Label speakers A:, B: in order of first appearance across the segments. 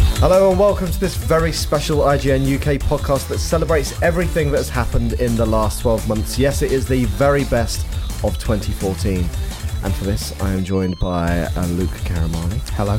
A: Hello and welcome to this very special IGN UK podcast that celebrates everything that has happened in the last 12 months. Yes, it is the very best of 2014. And for this, I am joined by uh, Luke Caramani. Hello.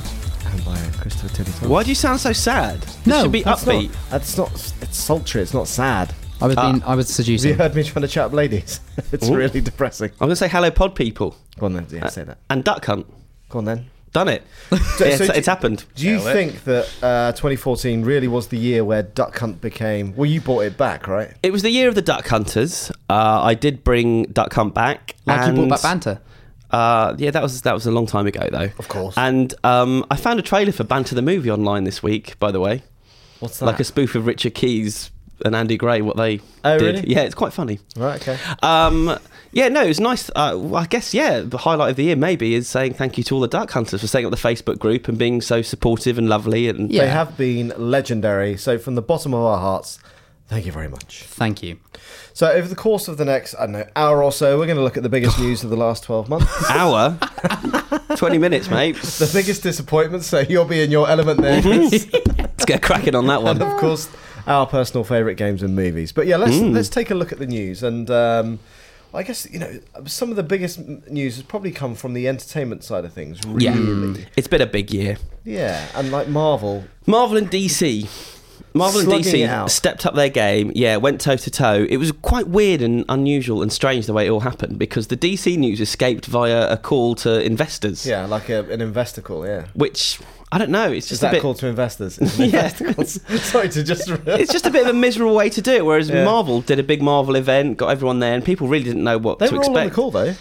A: And by uh, Christopher Tinnington.
B: Why do you sound so sad?
C: No,
B: this should be
A: That's not,
B: upbeat.
A: that's not, it's sultry, it's not sad.
C: I was
B: Ah.
C: being, I was
A: Have you
C: seducing.
A: heard me trying to chat up ladies? it's
B: Ooh.
A: really depressing.
B: I'm gonna say hello, pod people,
A: Go on then, yeah, say that.
B: and duck hunt.
A: Go on then.
B: Done it.
A: So-
B: it's,
A: so do-
B: it's happened.
A: Do you
B: Nailed it.
A: think that uh, 2014 really was the year where Duck Hunt became. Well, you bought it back, right?
B: It was the year of the duck hunters. Uh, I did bring duck hunt back.
C: Like you
B: and-
C: brought back banter.
B: Uh, yeah, that was that was a long time ago though.
A: Of course.
B: And um, I found a trailer for Banter the movie online this week. By the way,
A: What's
B: like a spoof of Richard Keys and Andy Gray. What they
A: Oh,
B: did.
A: really?
B: Yeah, it's quite funny.
A: Right, okay.
B: Um, yeah, no, it was nice. Uh, well, I guess, yeah, the highlight of the year maybe is saying thank you to all the duck hunters for setting up the Facebook group and being so supportive and lovely. And
C: Yeah.
A: They have been legendary. So, from the bottom of our hearts, thank you very much.
C: Thank you.
A: So, over the course of the next, I don't know, hour or so, we're going to look at the biggest news of the last 12 months,
B: hour, twenty minutes, mate.
A: the biggest disappointments. So, you'll be in your element there. Chris.
B: Let's get cracking on that
A: and
B: one.
A: of course, our personal favourite games and movies. But yeah, let's
B: Mm.
A: let's take a look at the news. And um, I guess you know some of the biggest m- news has probably come from the entertainment side of things. Really,
C: Yeah.
A: yeah,
B: It's been a big year.
A: and like Marvel.
B: Marvel and DC. Marvel and
A: Slugging it
B: DC
A: out.
B: stepped up their game. Yeah, went toe to toe. It was quite weird and unusual and strange the way it all happened because the DC news escaped via a call to investors.
A: Yeah, like a, an investor call. Yeah.
B: Which I don't know. It's just
A: Is that
B: a bit.
A: call to investors? It's an
B: Yeah.
A: investor call. Sorry to just.
B: it's just a bit of a miserable way to do it. Whereas
A: Yeah.
B: Marvel did a big Marvel event, got everyone there, and people really didn't know what
A: They
B: to
A: were all on the
B: expect.
A: call though.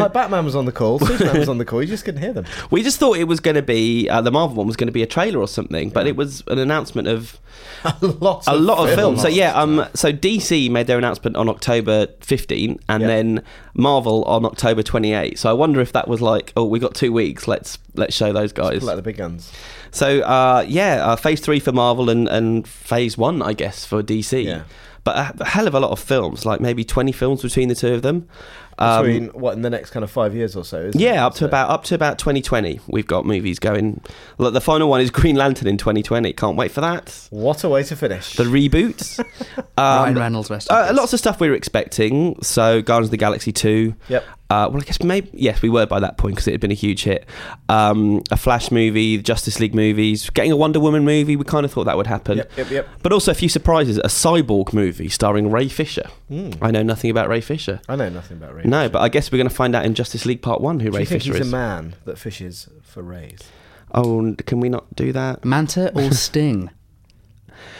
A: Like Batman was on the call, Superman was on the call. You just couldn't hear them.
B: We just thought it was going to be uh, the Marvel one was going to be a trailer or something, but
A: Yeah.
B: it was an announcement of
A: A lot.
B: a lot of films. So
A: films.
B: yeah, um, so DC made their announcement on October 15, and
A: Yeah.
B: then Marvel on October 28. So I wonder if that was like, oh, we got two weeks. Let's let's show those guys.
A: Like the big guns.
B: So uh, yeah, uh, Phase Three for Marvel and and Phase One, I guess, for DC.
A: Yeah.
B: But a, a hell of a lot of films, like maybe 20 films between the two of them. Um,
A: Between what in the next kind of five years or so? Isn't it?
B: yeah, up to
A: So-
B: about up to about 2020, we've got movies going. Look, the final one is Green Lantern in 2020. Can't wait for that.
A: What a way to finish.
B: The reboot.
C: Ryan
B: um,
C: Reynolds rest. in
B: uh,
C: peace.
B: lots of stuff we were expecting. So Guardians of the Galaxy 2.
A: Yep.
B: Uh, well, I guess maybe yes, we were by that point because it had been a huge hit. Um, a Flash movie, the Justice League movies, getting a Wonder Woman movie. We kind of thought that would happen,
A: Yep, yep, yep.
B: but also a few surprises. A Cyborg movie starring Ray Fisher. I know nothing about Ray Fisher.
A: Hmm. I know nothing about rays.
B: No, but I guess we're going to find out in Justice League Part One who
A: Do
B: Ray
A: you think
B: Fisher
A: he's
B: is.
A: a man that fishes for rays?
B: oh, n- can we not do that?
A: Mm,
C: Manta or Sting?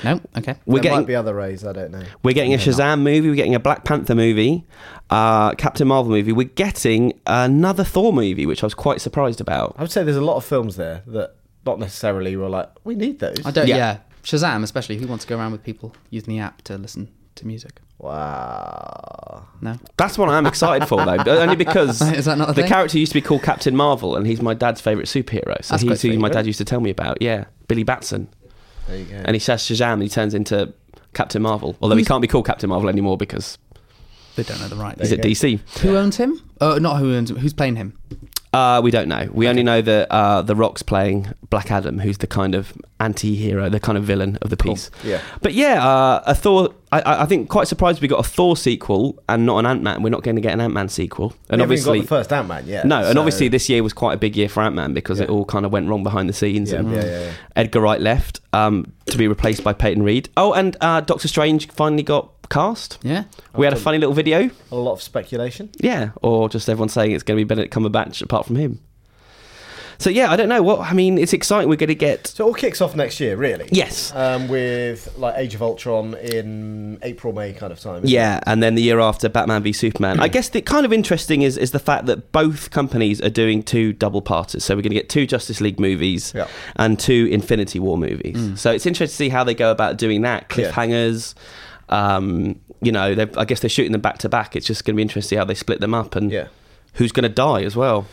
C: no. Okay.
B: We're
A: there
B: getting
A: might be other rays. I don't know.
B: we're getting a
C: No,
B: Shazam
C: no.
B: movie. We're getting a Black Panther movie, uh, Captain Marvel movie. We're getting another Thor movie, which I was quite surprised about.
A: I would say there's a lot of films there that not necessarily were like we need those.
C: I don't.
B: Yeah.
C: Yeah. Shazam, especially. Who wants to go around with people using the app to listen to music?
A: Wow.
C: No.
B: That's what I'm excited for, though, only because
C: Is that not a
B: the
C: thing?
B: character used to be called Captain Marvel, and he's my dad's favourite superhero. So
C: That's
B: he's
C: quite
B: who
C: sweet,
B: my dad
A: really.
B: used to tell me about. Yeah, Billy Batson,
A: There you go.
B: and he says Shazam, and he turns into Captain Marvel. Although he can't be called Captain Marvel anymore because
C: They don't know the right.
B: he's at DC.
C: Who owns him? Oh, not who owns. him. Who's playing him?
B: Uh, we don't know. We only know that uh, the Rock's playing Black Adam, who's the kind of anti-hero, the kind of villain of the piece.
A: yeah.
B: But yeah, uh, a Thor. I- I, I think quite surprised we got a Thor sequel and not an Ant Man. We're not going to get an Ant Man sequel. And
A: we
B: obviously,
A: haven't even got the first Ant Man yet.
B: no. And
A: so-
B: obviously, this year was quite a big year for Ant Man because it
A: Yeah.
B: all kind of went wrong behind the scenes.
A: Yeah,
B: and
A: yeah, yeah, yeah.
B: Edgar Wright left um, to be replaced by Peyton Reed. Oh, and uh, Doctor Strange finally got cast.
C: Yeah.
B: We had a funny little video.
A: a lot of speculation.
B: Yeah, or just everyone saying it's going to be Benedict Cumberbatch apart from him. So yeah, I don't know what I mean. It's exciting. We're going to get
A: So it all kicks off next year, really.
B: yes,
A: Um, with like Age of Ultron in April, May kind of time. isn't it?
B: yeah, and then the year after Batman v Superman. I guess the kind of interesting is is the fact that both companies are doing two double parters. So we're going to get two Justice League movies
A: Yeah. Mm.
B: and two Infinity War movies. So it's interesting to see how they go about doing that.
A: Yeah.
B: Cliffhangers. Um, you know, they're- I guess they're shooting them back to back. It's just going to be interesting to see how they split them up and
A: Yeah.
B: who's going to die as well.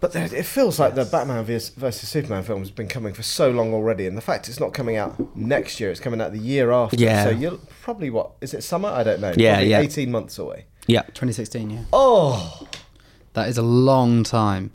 A: But there, it feels like the Batman vs versus Superman film has been coming for so long already, and the fact it's not coming out next year, it's coming out the year after.
B: Yeah.
A: So you're probably what is it summer? I don't know.
B: Yeah,
A: Probably
B: yeah.
A: Eighteen months away.
B: Yeah.
C: 2016. Yeah.
A: Oh,
C: That is a long time.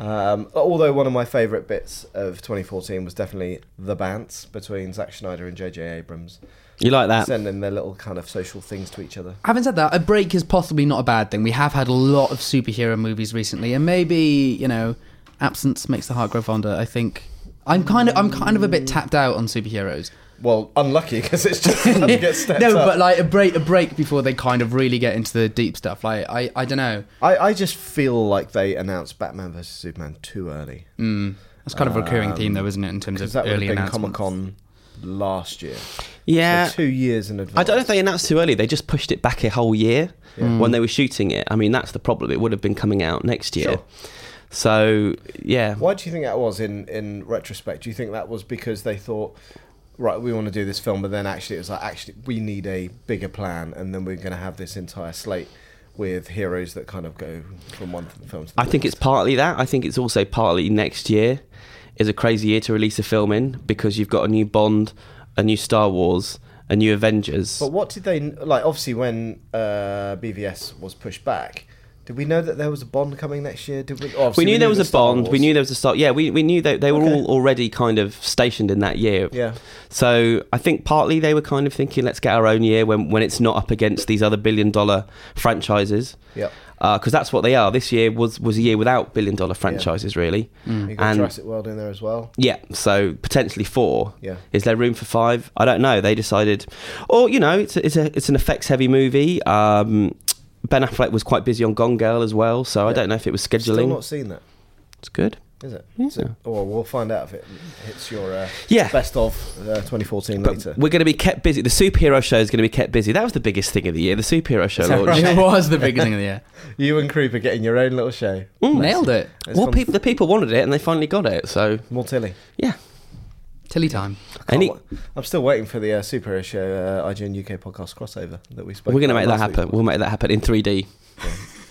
A: Um, although one of my favourite bits of 2014 was definitely the bants between Zack Schneider and J.J. Abrams,
B: You like that?
A: sending their little kind of social things to each other.
C: Having said that, a break is possibly not a bad thing. We have had a lot of superhero movies recently, and maybe you know, absence makes the heart grow fonder. I think I'm kind of I'm kind of a bit tapped out on superheroes.
A: Well, unlucky because it's just time to get stepped
C: no,
A: up.
C: but like a break a break before they kind of really get into the deep stuff. Like I I don't know.
A: I, I just feel like they announced Batman vs Superman too early
C: Mm, that's kind of a recurring theme, though, isn't it? In terms of
A: because Um, that would have
C: early
A: been Comic
C: announcements.
A: Con last year. So
B: yeah.
A: two years in advance.
B: I don't know if they announced too early. They just pushed it back a whole year
A: Mm.
B: when they were shooting it. I mean, that's the problem. It would have been coming out next year.
A: Sure.
B: So yeah,
A: Why do you think that was? In in retrospect, do you think that was because they thought, right, we want to do this film, but then actually it was like, actually we need a bigger plan, and then we're going to have this entire slate with heroes that kind of go from one film to the
B: I think it's partly that. I think it's also partly next year is a crazy year to release a film in because you've got a new Bond, a new Star Wars, a new Avengers.
A: But what did they like? Obviously, when uh, BVS was pushed back, did we know that there was a Bond coming next year? Did we? obviously
B: we knew there was a
A: Star
B: Bond. We
A: Wars.
B: knew there was a Star. Yeah, we, we knew they, they were
A: Okay.
B: all already kind of stationed in that year.
A: Yeah.
B: So I think partly they were kind of thinking, let's get our own year when, when it's not up against these other billion dollar franchises.
A: Yep.
B: Because Uh, that's what they are. This year was was a year without billion dollar franchises, really.
A: You got
B: And-
A: Jurassic World in there as well.
B: Yeah. So potentially four.
A: Yeah.
B: Is there room for five? I don't know. They decided, or you know, it's a, it's a, it's an effects heavy movie. Um, ben Affleck was quite busy on Gone Girl as well, so I
A: Yeah.
B: don't know if it was
A: Still
B: scheduling.
A: not seen that,
B: it's good.
A: is it?
B: Yeah.
A: Is it- Or we'll find out if it hits your uh,
B: Yeah.
A: best of uh, 2014
B: But
A: later.
B: we're going to be kept busy. The superhero show is going to be kept busy. That was the biggest thing of the year. The superhero show
A: that
B: launch.
A: right?
C: It was the biggest thing of the year.
A: You and Creeper getting your own little show.
B: Mm.
C: Nailed it.
A: It's
B: Well,
A: gone
B: people, the people wanted it, and they finally got it. So
A: More Tilly.
B: yeah,
C: Tilly time.
B: Any,
A: Can't wa- I'm still waiting for the uh, superhero show uh, IGN UK podcast crossover that we spoke.
B: we're going to
A: about
B: make that
A: last week.
B: happen. We'll make that happen in 3D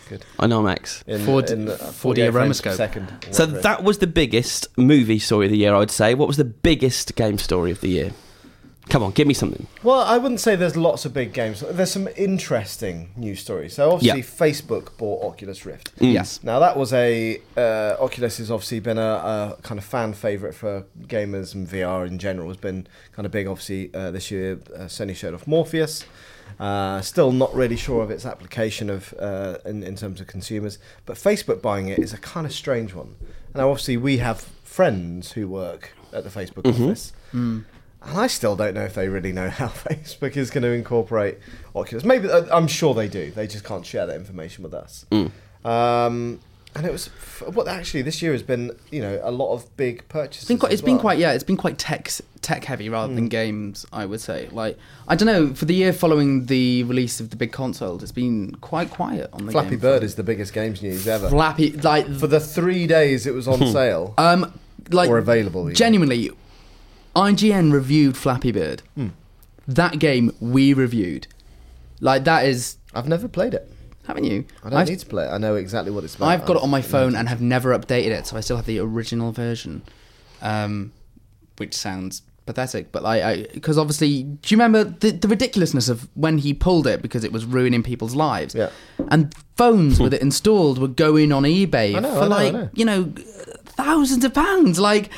A: Good.
B: on IMAX.
A: In,
C: Ford-
A: in uh,
C: 4D
A: 48 frames per
C: aromascope.
A: Second.
B: So
A: Whatever it is.
B: that was the biggest movie story of the year, I would say. What was the biggest game story of the year? Come on, give me something.
A: Well, I wouldn't say there's lots of big games. There's some interesting news stories. So obviously,
B: Yeah.
A: Facebook bought Oculus Rift.
B: Mm.
C: Yes.
A: Now that was a uh, Oculus has obviously been a, a kind of fan favorite for gamers and VR in general. Has been kind of big. Obviously, uh, this year uh, Sony showed off Morpheus. Uh, still not really sure of its application of uh, in, in terms of consumers, but Facebook buying it is a kind of strange one. Now, obviously, we have friends who work at the Facebook office. And I still don't know if they really know how Facebook is going to incorporate Oculus. Maybe uh, I'm sure they do. They just can't share that information with us.
B: Mm.
A: Um, and it was f- what actually this year has been. You know, a lot of big purchases.
C: It's been quite.
A: as
C: It's been
A: well. Hmm.
C: quite. Yeah, it's been quite tech tech heavy rather than games. I would say. Like I don't know. For the year following the release of the big consoles, it's been quite quiet on the
A: Flappy
C: game
A: Bird
C: front.
A: is the biggest games news ever.
C: Flappy like
A: For the three days it was on sale
C: um like
A: or available. even.
C: genuinely, IGN reviewed Flappy Bird.
A: Hmm.
C: That game we reviewed. Like that is
A: I've never played it.
C: haven't you?
A: I don't
C: I've,
A: need to play it. I know exactly what it's about.
C: I've got it on my phone and have never updated it, so I still have the original version, um, which sounds pathetic. But like, because obviously, do you remember the, the ridiculousness of when he pulled it because it was ruining people's lives?
A: Yeah.
C: And phones with it installed were going on eBay
A: I know, I know,
C: for
A: I
C: like
A: know.
C: you know thousands of pounds. Like,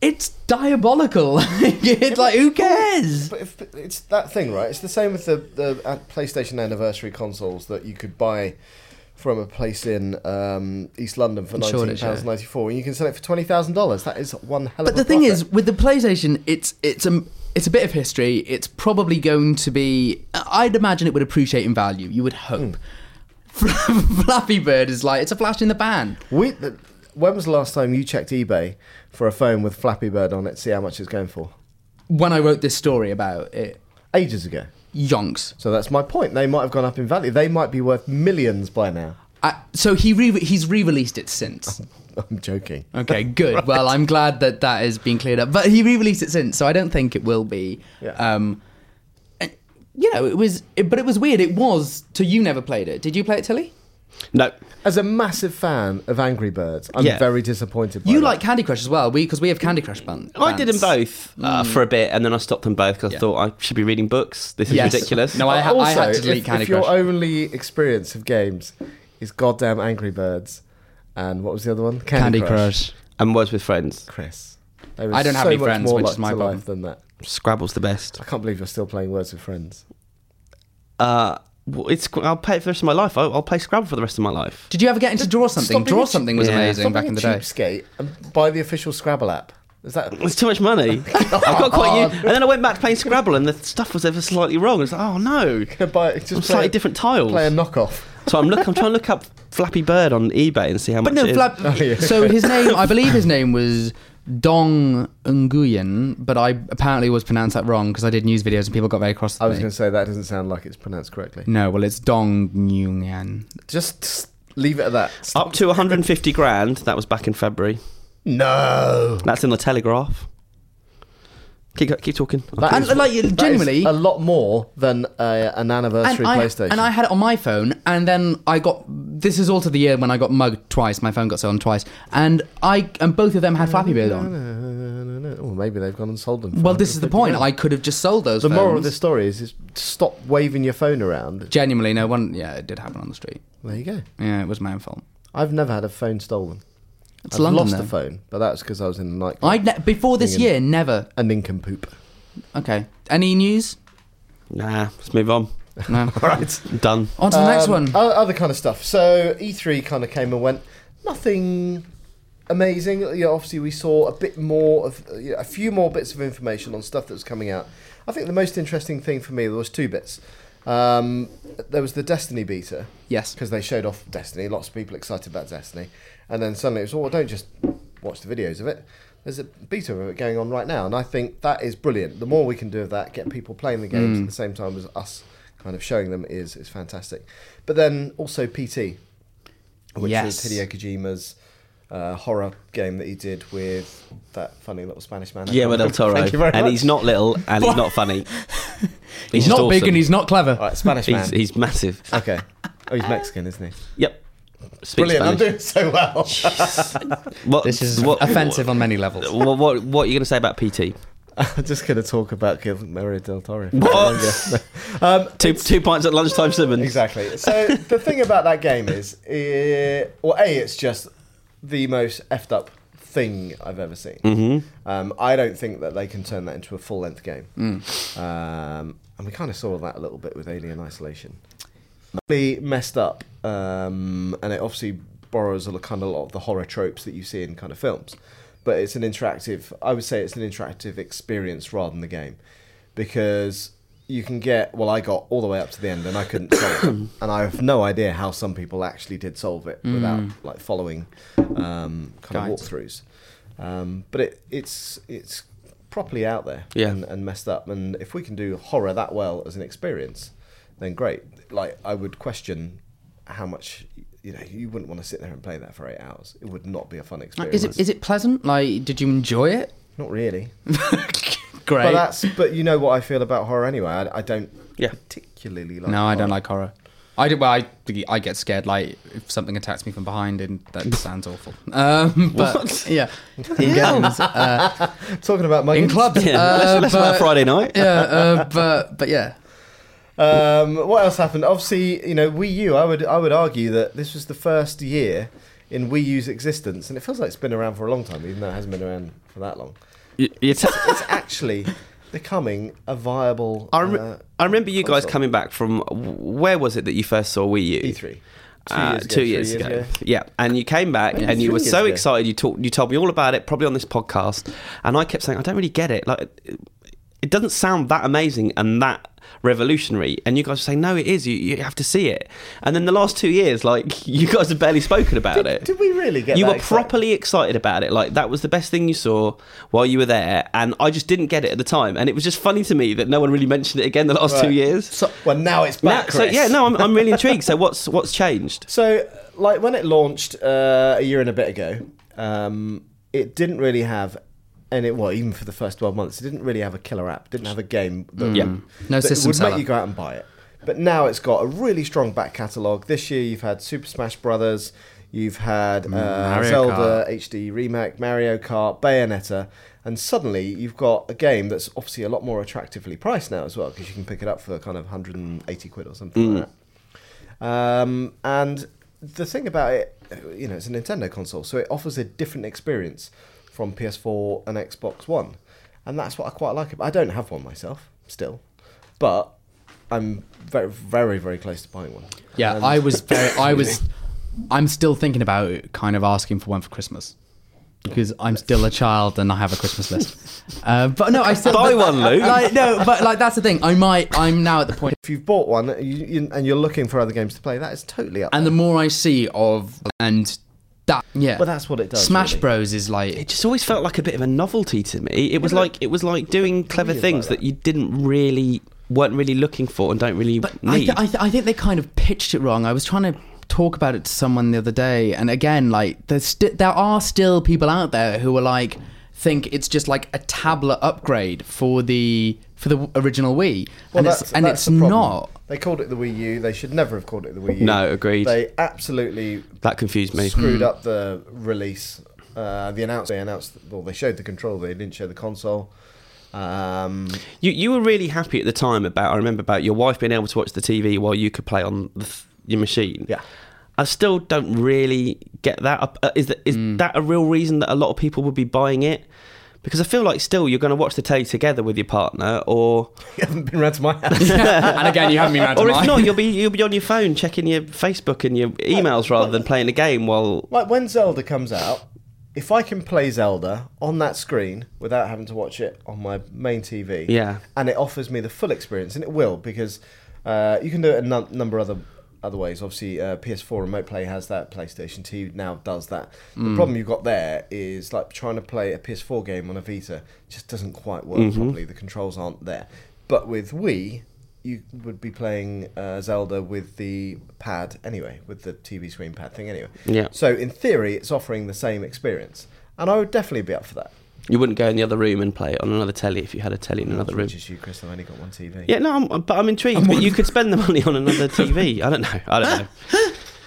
C: it's diabolical. it's like who cares?
A: But if, it's that thing, right? It's the same with the, the uh, PlayStation anniversary consoles that you could buy from a place in um, East London for
C: In
A: nineteen
C: Shoreditch, yeah.
A: pounds ninety four, and you can sell it for twenty thousand dollars. That is one hell of.
C: But the
A: a
C: thing
A: profit.
C: is, with the PlayStation, it's it's a it's a bit of history. It's probably going to be. I'd imagine it would appreciate in value. You would hope. Flappy Bird is like it's a flash in the pan.
A: we. th- When was the last time you checked eBay for a phone with Flappy Bird on it? See how much it's going for.
C: When I wrote this story about it,
A: Ages ago.
C: yonks.
A: So that's my point. They might have gone up in value. They might be worth millions by now.
C: I, so he re- he's re-released it since.
A: I'm joking.
C: Okay, good. Well, I'm glad that that has been cleared up. But he re-released it since, so I don't think it will be.
A: Yeah.
C: Um, and, you know, it was, it, but it was weird. It was. So you never played it. Did you play it, Tilly?
B: No,
A: As a massive fan of Angry Birds, I'm
B: Yeah.
A: very disappointed. By
C: You
A: that.
C: like Candy Crush as well, because we, have Candy Crush ban-
B: I did them
C: bans.
B: both uh, for a bit, and then I stopped them both because
C: Mm. Yeah.
B: I thought I should be reading books. This is
C: Yes.
B: ridiculous.
C: No, I- ha-
A: also,
C: had to delete
A: if,
C: Candy
A: if your
C: Crush.
A: only experience of games is goddamn Angry Birds And what was the other one?
C: Candy Crush.
B: And Words with Friends.
A: Chris. There
C: I
A: is
C: don't have
A: so
C: any
A: much
C: friends,
A: more
C: which
A: li-
C: is my
A: to
C: problem.
A: life than that.
B: Scrabble's the best.
A: I can't believe you're still playing Words with Friends.
B: Uh, well, it's I'll play it for the rest of my life. I'll, I'll play Scrabble for the rest of my life.
C: Did you ever get into Draw Something?
A: Stop being
C: Draw
A: a cheap-
C: Something was
B: Yeah.
C: amazing
B: Stop
C: back in the day.
A: Cheapskate and buy the official Scrabble app. Is that
B: It's too much money. I've got quite
C: Oh.
B: used. And then I went back to playing Scrabble, and the stuff was ever slightly wrong. It's like, oh no,
A: buy just play
B: slightly
A: a-
B: different tiles.
A: Play a knockoff.
B: So I'm look. I'm trying to look up Flappy Bird on eBay and see how much.
C: But no,
B: it is.
C: Flap.
A: Oh, yeah.
C: So his name, I believe his name was Dong Nguyen, but I apparently was pronounced that wrong because I did news videos and people got very cross with
A: I was
C: me.
A: going to say that doesn't sound like it's pronounced correctly.
C: No, well, it's Dong Nguyen.
A: Just s- leave it at that.
C: Oh.
A: Stop.
B: Up to 150 grand. That was back in February.
A: No.
B: That's in the Telegraph. Keep go- keep talking.
A: That
C: And,
A: is-
C: like,
A: that is
C: genuinely-
A: a lot more than a, an anniversary
C: I,
A: PlayStation.
C: and I had it on my phone, and then I got this is all to the year when I got mugged twice. My phone got stolen twice, and I and both of them had Flappy Bird on.
A: Well, maybe they've gone and sold them. for
C: Well, this is the
A: 150
C: point.
A: grand.
C: I could have just sold those.
A: the moral of
C: phones.
A: the story is, is stop waving your phone around.
C: Genuinely, no one. Yeah, it did happen on the street.
A: There you go.
C: Yeah, it was my own fault.
A: I've never had a phone stolen.
C: It's
A: I've
C: London.
A: lost
C: though.
A: a phone, but that's because I was in a nightclub.
C: I ne- before this
A: Thing in-
C: year never.
A: a nincompoop.
C: Okay. Any news?
B: Nah, let's move on.
C: No.
A: All right.
B: Done.
C: on to the next
A: Um,
C: one.
A: o- Other kind of stuff. So E3 kind of came and went. Nothing amazing. You know, obviously, we saw a bit more of you know, a few more bits of information on stuff that was coming out. I think the most interesting thing for me was two bits. Um, there was the Destiny beta
C: yes.
A: because they showed off Destiny. Lots of people excited about Destiny, and then suddenly it was, oh, don't just watch the videos of it. There's a beta of it going on right now, and I think that is brilliant. The more we can do of that, get people playing the games
B: Mm.
A: at the same time as us kind of showing them is is fantastic. But then also PT, which
C: Yes.
A: is Hideo Kojima's uh, horror game that he did with that funny little Spanish man.
B: Yeah, with Del Toro.
A: Thank you very
B: and
A: much.
B: he's not little and he's not funny.
C: He's
B: just
C: not big
B: awesome.
C: and he's not clever.
A: All right, Spanish man.
B: He's, he's massive.
C: Uh,
A: okay. Oh, he's Mexican, isn't he?
B: Yep. Speaks
A: Brilliant. I'm
B: Spanish.
A: doing so well.
B: What,
C: This is
B: what-
C: offensive on many levels.
B: What, what, what are you going to say about PT?
A: I'm just going to talk about Guillermo del Toro. for
B: What?
A: longer. um,
B: Two, two pints at lunchtime, Simmons.
A: exactly. So the thing about that game is, eh, well, a it's just the most effed up thing I've ever seen.
B: Mm. Mm-hmm.
A: Um, I don't think that they can turn that into a full length game.
C: Mm.
A: Um, and we kind of saw that a little bit with Alien Isolation. Really messed up, um, and it obviously borrows a lot- kind of a lot of the horror tropes that you see in kind of films. But it's an interactive. I would say it's an interactive experience rather than the game, because you can get. Well, I got all the way up to the end, and I couldn't solve it, and I have no idea how some people actually did solve it without like following um, kind
C: Guides.
A: of walkthroughs. Um, but it, it's it's properly out there
B: Yeah.
A: and, and messed up. And if we can do horror that well as an experience, then great. Like I would question how much you know you wouldn't want to sit there and play that for eight hours. It would not be a fun experience.
C: Is it is it pleasant? Like, did you enjoy it?
A: Not really.
C: Great.
A: But that's but you know what I feel about horror anyway. I, I don't
B: Yeah.
A: particularly like.
C: no, I
A: horror.
C: don't like horror. I do, well, I I get scared. Like if something attacks me from behind, and that sounds awful. Um, but
B: What?
C: yeah, in games, uh,
A: Talking about my
C: in clubs.
B: Yeah,
C: uh,
B: let's, let's have
C: but-
B: a Friday night.
C: Yeah, uh, but but yeah,
A: Um, what else happened? Obviously, you know, Wii U. I would I would argue that this was the first year in Wii U's existence, and it feels like it's been around for a long time, even though it hasn't been around for that long.
B: You- you ta-
A: It's actually becoming a viable
B: I, rem-
A: uh,
B: I remember you guys
A: console.
B: coming back from where was it that you first saw Wii U?
A: E3. E Two
B: Uh,
A: years ago,
B: two
A: three
B: years,
A: years
B: ago.
A: ago.
B: Yeah, and you came back
A: Maybe
B: and you
A: three
B: were
A: years
B: so
A: ago.
B: excited. You talked, you told me all about it, probably on this podcast, and I kept saying I don't really get it. Like, it doesn't sound that amazing and that revolutionary. And you guys were saying no, it is. You, you have to see it. And then the last two years, like you guys have barely spoken about it.
A: Did we really get
B: you
A: that
B: were
A: excited?
B: properly excited about it. Like that was the best thing you saw while you were there, and I just didn't get it at the time. And it was just funny to me that no one really mentioned it again the last two
A: Right.
B: years.
A: So, well, now it's
B: Now-
A: back.
B: so
A: Chris.
B: yeah, no, I'm, I'm really intrigued. So what's what's changed?
A: So, like when it launched uh, a year and a bit ago, um, it didn't really have, and it well even for the first twelve months, it didn't really have a killer app. Didn't have a game that,
B: Mm. Yeah.
C: No
A: that
C: system
A: would
C: seller.
A: make you go out and buy it. But now it's got a really strong back catalogue. This year you've had Super Smash Brothers, you've had
B: Mm,
A: uh,
C: Mario
A: Zelda HD remake, Mario Kart, Bayonetta, and suddenly you've got a game that's obviously a lot more attractively priced now as well because you can pick it up for kind of
C: Mm.
A: 180 quid or something like that. Um, and the thing about it you know, it's a Nintendo console, so it offers a different experience from PS4 and Xbox One, and that's what I quite like. about I don't have one myself still, but I'm very, very, very close to buying one.
C: Yeah,
A: And-
C: I was very. I was. I'm still thinking about kind of asking for one for Christmas because I'm still a child and I have a Christmas list. Uh, but no, I still
B: Buy
C: but-
B: one, Luke.
C: Like, no, but like that's the thing. I might. I'm now at the point,
A: If you've bought one you, you, and you're looking for other games to play, that is totally up.
C: and the
A: there.
C: more I see of and that, yeah.
A: but that's what it does.
C: Smash
A: really.
C: Bros is like
B: It just always felt like a bit of a novelty to me. It was
A: Yeah, but
B: like it was like doing clever
A: like
B: things
A: that.
B: that. you didn't really weren't really looking for and don't really
C: But I,
B: need.
C: th- I, th- I think they kind of pitched it wrong. I was trying to talk about it to someone the other day, and again, like there's sti- there are still people out there who are like think it's just like a tablet upgrade for the for the original Wii,
A: Well,
C: and
A: that's-
C: it's and
A: that's
C: it's
A: the problem.
C: not.
A: They called it the Wii U. They should never have called it the Wii U.
B: No, agreed.
A: They absolutely
B: that confused me. Mm.
A: screwed up the release. Uh, the announce they announced well they showed the controller they didn't show the console. Um,
B: You you were really happy at the time about I remember about your wife being able to watch the TV while you could play on the, th- your machine.
A: Yeah.
B: I still don't really get that. up- uh, Is that is
C: Mm.
B: that a real reason that a lot of people would be buying it? Because I feel like still you're going to watch the telly together with your partner, or
A: you haven't been round to my house.
C: and again, you haven't been mad
B: or if not, you'll be you'll be on your phone checking your Facebook and your emails rather than playing a game while
A: like when Zelda comes out, if I can play Zelda on that screen without having to watch it on my main TV,
B: Yeah.
A: and it offers me the full experience, and it will because uh, you can do it a num- number of other other ways. Obviously, uh, PS4 Remote Play has that, PlayStation 2 now does that. The problem you've got there is like trying to play a PS4 game on a Vita it just doesn't quite work properly. The controls aren't there. But with Wii. You would be playing uh, Zelda with the pad anyway, with the TV screen pad thing anyway.
B: Yeah.
A: So in theory, it's offering the same experience, and I would definitely be up for that.
B: you wouldn't go in the other room and play it on another telly if you had a telly in another room.
A: Which is you, Chris. I've only got one TV.
B: Yeah, no, I'm, but I'm intrigued. But you could spend the money on another TV. I don't know. I don't know.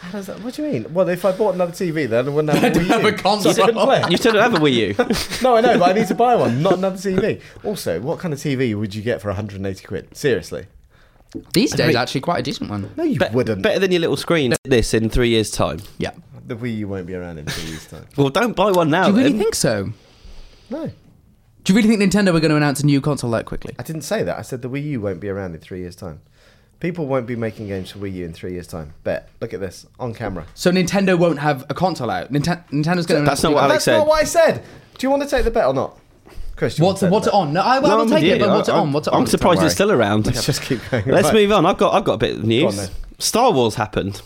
A: How does that, what do you mean? Well, if I bought another TV, then I wouldn't have, a Wii
C: have
A: U,
C: a console.
A: So I couldn't play.
B: You still don't have a Wii U.
A: no, I know, but I need to buy one, not another TV. Also, what kind of TV would you get for 180 quid? Seriously?
C: These days, actually, quite a decent one.
A: No, you
B: Be-
A: wouldn't.
B: Better than your little screen. This in three years' time.
C: Yeah.
A: the Wii U won't be around in two years' time.
B: Well, don't buy one now.
A: Oh,
C: Do you really
B: then.
C: think so?
A: No,
C: Do you really think Nintendo were going to announce a new console that quickly?
A: I didn't say that. I said the Wii U won't be around in three years' time. People won't be making games for Wii U in three years' time. Bet. Look at this on camera.
C: So Nintendo won't have a console out. Ninten- Nintendo's going to.
B: That's not what Alex
A: That's not
B: said.
A: what I said. Do you want to take the bet or not, Chris? do you want
C: What's
A: to take the
C: what's
A: bet?
C: it on? No, I will
B: No,
C: I'll
B: I'm
C: take
B: with
C: it.
B: you.
C: But what's it
A: I'm-
C: on? What's it on?
B: I'm surprised
A: worry.
B: it's still around.
A: Let's just keep going.
B: Let's
A: Right.
B: move on. I've got I've got a bit of news.
A: then.
B: Star Wars happened.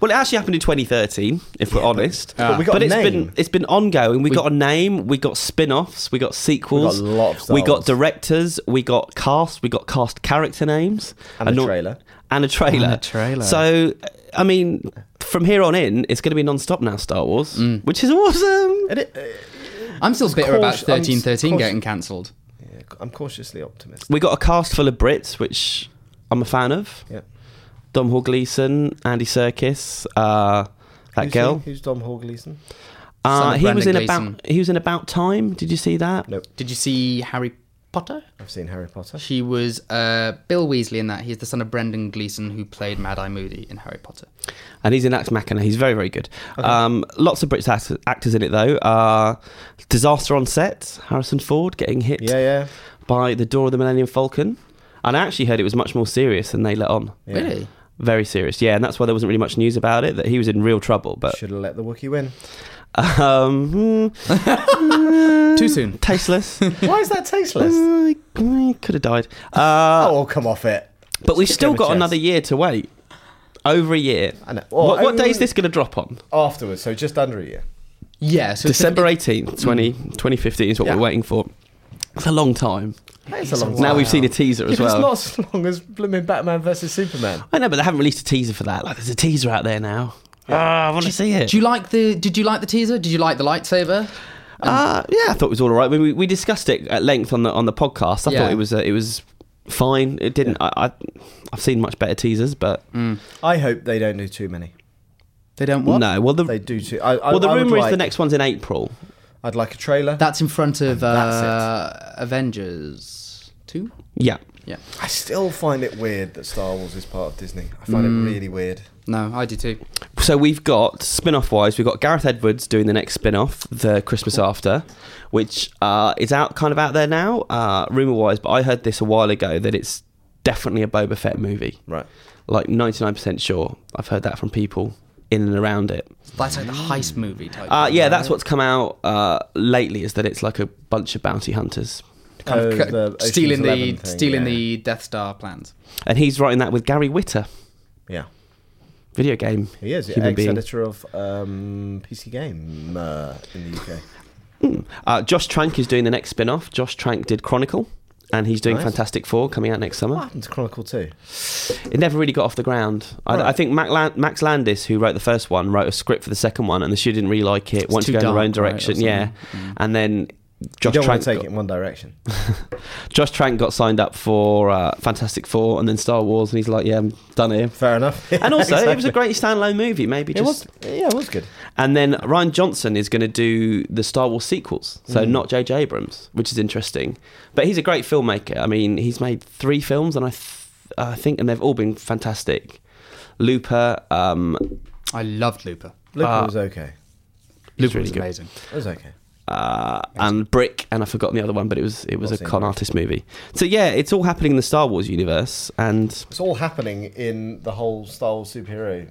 B: Well, it actually happened in 2013, if we're honest.
A: Ah. but we got a
B: it's
A: name.
B: been it's been ongoing. We, got a name. We got spin-offs. We got sequels.
A: We got a lot of Star
B: we got
A: Wars.
B: directors. We got cast. We got cast character names
A: And a
B: nor-
A: trailer.
B: And a trailer.
C: And a trailer.
B: So, I mean, from here on in, it's going to be non-stop now. Star Wars,
C: Mm.
B: which is awesome.
A: And it- uh,
C: I'm still bitter about
A: cautious- I'm s-
C: 1313
A: cautious.
C: getting cancelled.
A: yeah, I'm cautiously optimistic.
B: We got a cast full of Brits, which I'm a fan of.
A: Yeah.
B: Dom Hall Gleeson, Andy Serkis, uh, that
A: Who's
B: girl.
A: he? Who's Dom Hall Gleason?
B: Uh,
C: Son of
B: he was in
C: Brendan
B: about he was in about time. Did you see that?
A: Nope.
C: Did you see Harry Potter?
A: I've seen Harry Potter.
C: She was uh, Bill Weasley in that. He's the son of Brendan Gleeson, who played Mad Eye Moody in Harry Potter.
B: And he's in Axe Machina. He's very very good. Um, lots of British act- actors in it though. Uh, disaster on set. Harrison Ford getting hit
A: Yeah, yeah.
B: by the door of the Millennium Falcon. And I actually heard it was much more serious than they let on.
A: yeah.
C: Really?
B: Very serious, yeah, and that's why there wasn't really much news about it. That he was in real trouble, but
A: Should have let the Wookiee win.
B: um, hmm,
C: Too soon.
B: tasteless.
A: Why is that tasteless?
B: Uh, he could have died. Uh,
A: oh, come off it.
B: But we've
A: Stick
B: still
A: over
B: got
A: chest.
B: another year to wait. Over a year.
A: I know. Well,
B: what what day
A: only-
B: is this going to drop on?
A: Afterwards, so just under a year.
C: Yeah. So it's
B: December 18th, 20, 2015 is what
A: Yeah.
B: we're waiting for. It's a long time.
A: That is a long
B: Now
A: time.
B: we've seen a teaser
A: Yeah,
B: as
A: but
B: well.
A: It's not as long as blooming Batman versus Superman.
B: I know, but they haven't released a teaser for that. Like, there's a teaser out there now. Ah, I want to see it.
C: Do you like the? Did you like the teaser? Did you like the lightsaber?
B: Uh, yeah, I thought it was all right. We, we, we discussed it at length on the on the podcast. I
C: Yeah.
B: thought it was uh, it was fine. It didn't. I, I I've seen much better teasers, but
A: I hope they don't do too many.
C: They don't want.
B: no. Well, the
A: They do too. I, I,
B: well the
A: I would
B: rumor is the
A: like-
B: next one's in April.
A: I'd like a trailer.
C: That's in front of
A: that's
C: uh, Avengers two.
B: Yeah.
C: Yeah.
A: I still find it weird that Star Wars is part of Disney. I find
C: Mm.
A: it really weird.
C: No, I do too.
B: So we've got spin-off wise, we've got Gareth Edwards doing the next spin-off, the Christmas After, which uh, is out kind of out there now, uh, rumor wise. But I heard this a while ago that it's definitely a Boba Fett movie,
A: Right.
B: like ninety nine percent sure. I've heard that from people in and around it.
C: That's like the heist movie type.
B: Uh, yeah, that's what's come out uh, lately is that it's like a bunch of bounty hunters,
C: Kind of
A: Oh,
C: cut-
A: the
C: stealing the
A: 11 thing,
C: stealing
A: yeah.
C: the Death Star plans.
B: and he's writing that with Gary Witter,
A: Yeah.
B: video game.
A: He is
B: Human being.
A: ex-editor of um, PC Game uh, in the UK.
B: Uh, Josh Trank is doing the next spin-off. Josh Trank did Chronicle. And he's doing
A: Nice.
B: Fantastic Four coming out next summer.
A: What happened to Chronicle 2?
B: It never really got off the ground.
A: Right.
B: I, I think Mac Lan- Max Landis, who wrote the first one, wrote a script for the second one, and the studio didn't really like it.
C: It's
B: wanted to
C: too
B: go in their own
C: dark, right, or
B: direction, yeah.
C: something. Mm.
B: And then
A: You
B: Josh
A: don't want
B: Trank,
A: to take
B: got,
A: it in one direction.
B: Josh Trank got signed up for uh, Fantastic Four and then Star Wars, and he's like, "Yeah, I'm done here."
A: Fair enough.
B: And also, it was
A: Exactly.
B: a great standalone movie. Maybe
A: It
B: just
A: was, yeah, it was good.
B: and then Ryan Johnson is going to do the Star Wars sequels, so
A: Mm.
B: not J.J. Abrams, which is interesting. But he's a great filmmaker. I mean, he's made three films, and I, th- I think, and they've all been fantastic. Looper, um,
C: I loved Looper.
A: Looper
B: Uh,
A: was okay.
B: Looper
C: was
B: really good.
C: amazing.
A: It was okay.
B: uh, and Brick, and I've forgotten the other one, but it was it was
A: I've
B: a
A: seen
B: con
A: Brick.
B: artist movie. So yeah, it's all happening in the Star Wars universe, and
A: It's all happening in the whole Star Wars superhero.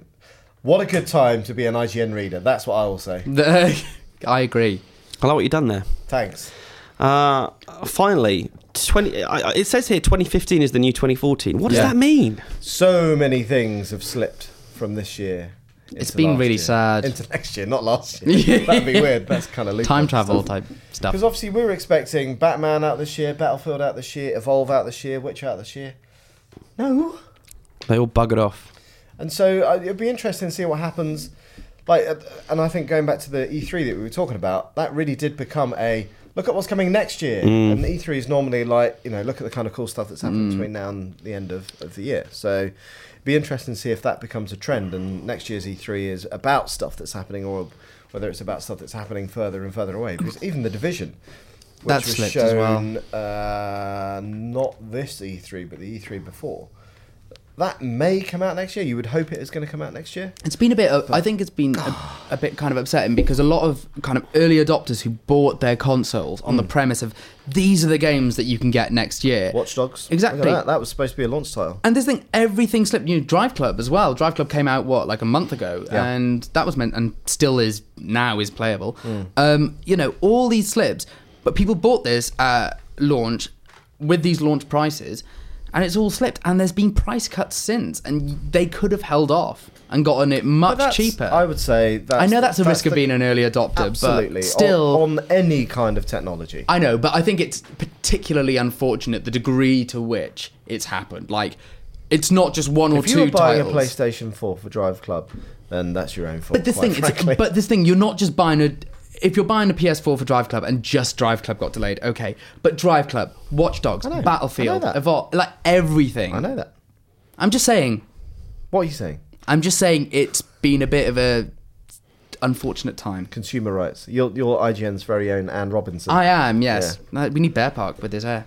A: What a good time to be an IGN reader. That's what I will say.
C: The- I agree.
B: I like what you've done there.
A: Thanks.
B: Uh, finally, twenty. I, I- it says here 2015 is the new 2014. What does
C: Yeah.
B: that mean?
A: So many things have slipped from this year. into
C: been
A: last
C: really
A: year.
C: sad.
A: Into next year, not last year. That'd be weird. That's kind of
C: Time travel type stuff.
A: Because obviously we were expecting Batman out this year, Battlefield out this year, Evolve out this year, Witcher out this year. No.
B: They all buggered off.
A: And so uh, it'd be interesting to see what happens. Like, uh, and I think going back to the E3 that we were talking about, that really did become a look at what's coming next year.
C: Mm.
A: And E3 is normally like, you know, look at the kind of cool stuff that's happening between now and the end of, of the year. So it'd be interesting to see if that becomes a trend. And next year's E3 is about stuff that's happening or whether it's about stuff that's happening further and further away. Because even The Division, which
C: That
A: was
C: slipped
A: shown
C: as well.
A: uh, not this E3, but the E3 before. That may come out next year. You would hope it is going to come out next year.
C: It's been a bit. of- I think it's been a, a bit kind of upsetting because a lot of kind of early adopters who bought their consoles on the premise of these are the games that you can get next year.
A: Watch Dogs.
C: Exactly.
A: Look at that. that was supposed to be a launch title.
C: And this thing, everything slipped. You know, Drive Club as well. Drive Club came out what like a month ago,
A: Yeah.
C: and that was meant and still is now is playable.
A: Hmm.
C: Um, you know, all these slips, but people bought this at launch with these launch prices, and it's all slipped. And there's been price cuts since, and they could have held off and gotten it
A: But
C: much
A: that's-
C: cheaper.
A: I would say that's
C: I know that's a risk of
A: the-
C: being an early adopter,
A: absolutely
C: but still,
A: on, on any kind of technology.
C: I know, but I think it's particularly unfortunate the degree to which it's happened. Like, it's not just one or
A: if you
C: two
A: were buying
C: titles.
A: a PlayStation 4 for Drive Club, then that's your own fault.
C: but this
A: quite
C: thing,
A: frankly.
C: it's, but this thing, you're not just buying a. If you're buying a PS4 for Drive Club and just Drive Club got delayed, okay. But Drive Club, Watch Dogs,
A: I know. I know
C: Battlefield,
A: that.
C: Evolve, like everything.
A: I know that.
C: I'm just saying.
A: What are you saying?
C: I'm just saying it's been a bit of a unfortunate time.
A: Consumer rights. Your your IGN's very own Anne Robinson.
C: I am, yes. No, We need Bear Park with his hair.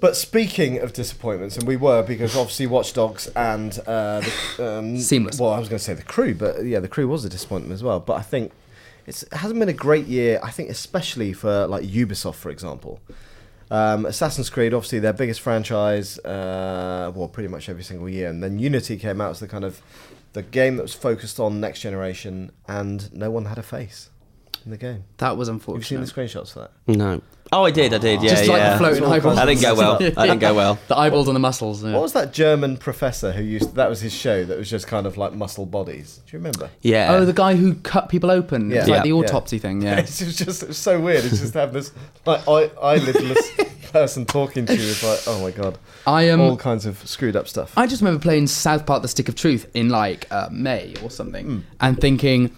A: But speaking of disappointments, and we were because obviously Watch Dogs and uh, the, um,
C: Seamless.
A: Well, I was going to say the crew, but yeah, the crew was a disappointment as well. But I think it's, it hasn't been a great year. I think especially for like Ubisoft, for example. Um, Assassin's Creed, obviously their biggest franchise, uh, well, pretty much every single year, and then Unity came out as the kind of the game that was focused on next generation, and no one had a face in the game.
C: That was
A: Have you seen
C: unfortunate.
A: the screenshots for that?
B: No. Oh, I did. I did. Yeah,
C: Just like
B: yeah.
C: the floating
A: It's all
C: eyeballs.
B: That didn't go well. That didn't go well.
C: The eyeballs and the muscles. yeah.
A: What was that German professor who used that was his show that was just kind of like muscle bodies? Do you remember?
B: Yeah.
C: Oh, the guy who cut people open. It's
A: Yeah.
C: like the
A: Yeah.
C: autopsy thing, yeah.
A: It's just it was so weird. It's just having this like eye, eyelidless person talking to you. It's like, oh my god,
C: I am.
A: all kinds of screwed up stuff.
C: I just remember playing South Park: The Stick of Truth in like uh, May or something,
A: Hmm.
C: and thinking,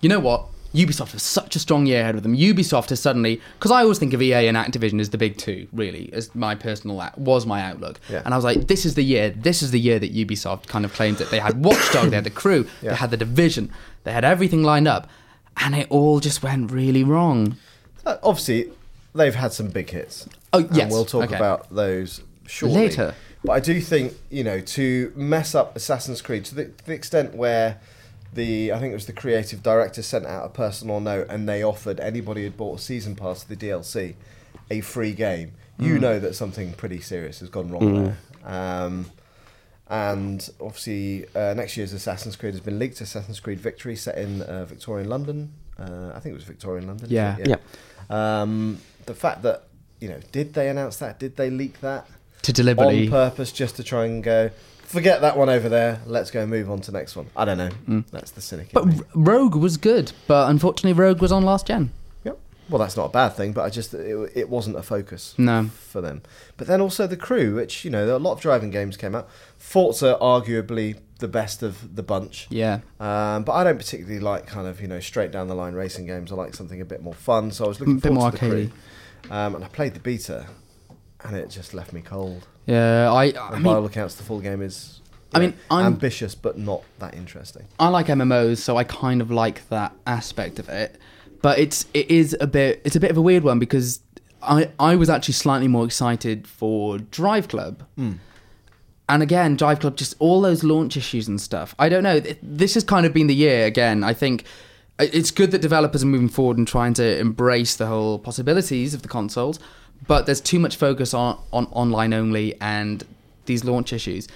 C: you know what? Ubisoft has such a strong year ahead of them. Ubisoft has suddenly, because I always think of EA and Activision as the big two, really, as my personal out- was my outlook.
A: Yeah.
C: And I was like, this is the year. This is the year that Ubisoft kind of claims that they had Watchdog, they had the crew,
A: Yeah.
C: they had the division, they had everything lined up, and it all just went really wrong.
A: Uh, Obviously, they've had some big hits.
C: Oh,
A: and
C: yes,
A: we'll talk
C: okay.
A: about those shortly.
C: Later.
A: But I do think you know to mess up Assassin's Creed to the, to the extent where the I think it was the creative director sent out a personal note and they offered anybody who'd bought a season pass to the DLC a free game.
C: Hmm.
A: You know that something pretty serious has gone wrong there. Um, and obviously, uh, next year's Assassin's Creed has been leaked. Assassin's Creed Victory, set in uh, Victorian London. Uh, I think it was Victorian London.
C: Yeah.
A: isn't it? Um, the fact that you know, did they announce that? Did they leak that
C: to deliberately.
A: on purpose just to try and go? Forget that one over there. Let's go move on to next one. I don't know. That's the cynic. in
C: Mm. But
A: me.
C: R- Rogue was good, but unfortunately, Rogue was on last gen.
A: Yep. Well, that's not a bad thing, but I just it, it wasn't a focus.
C: No.
A: For them, but then also the crew, which you know, a lot of driving games came out. Forza, arguably the best of the bunch.
C: Yeah.
A: Um, but I don't particularly like kind of you know straight down the line racing games. I like something a bit more fun. So I was looking
C: Bit
A: forward
C: more
A: to the crew.
C: arcadey.
A: Um, and I played the beta, and it just left me cold.
C: Yeah, I. I
A: And
C: mean,
A: by all accounts, the full game is.
C: I
A: you
C: mean,
A: know,
C: I'm-
A: ambitious but not that interesting.
C: I like MMOs, so I kind of like that aspect of it. But it's it is a bit it's a bit of a weird one because I I was actually slightly more excited for Drive Club. And again, Drive Club just all those launch issues and stuff. I don't know. th- This has kind of been the year again. I think i- it's good that developers are moving forward and trying to embrace the whole possibilities of the consoles, but there's too much focus on on online only and these launch issues.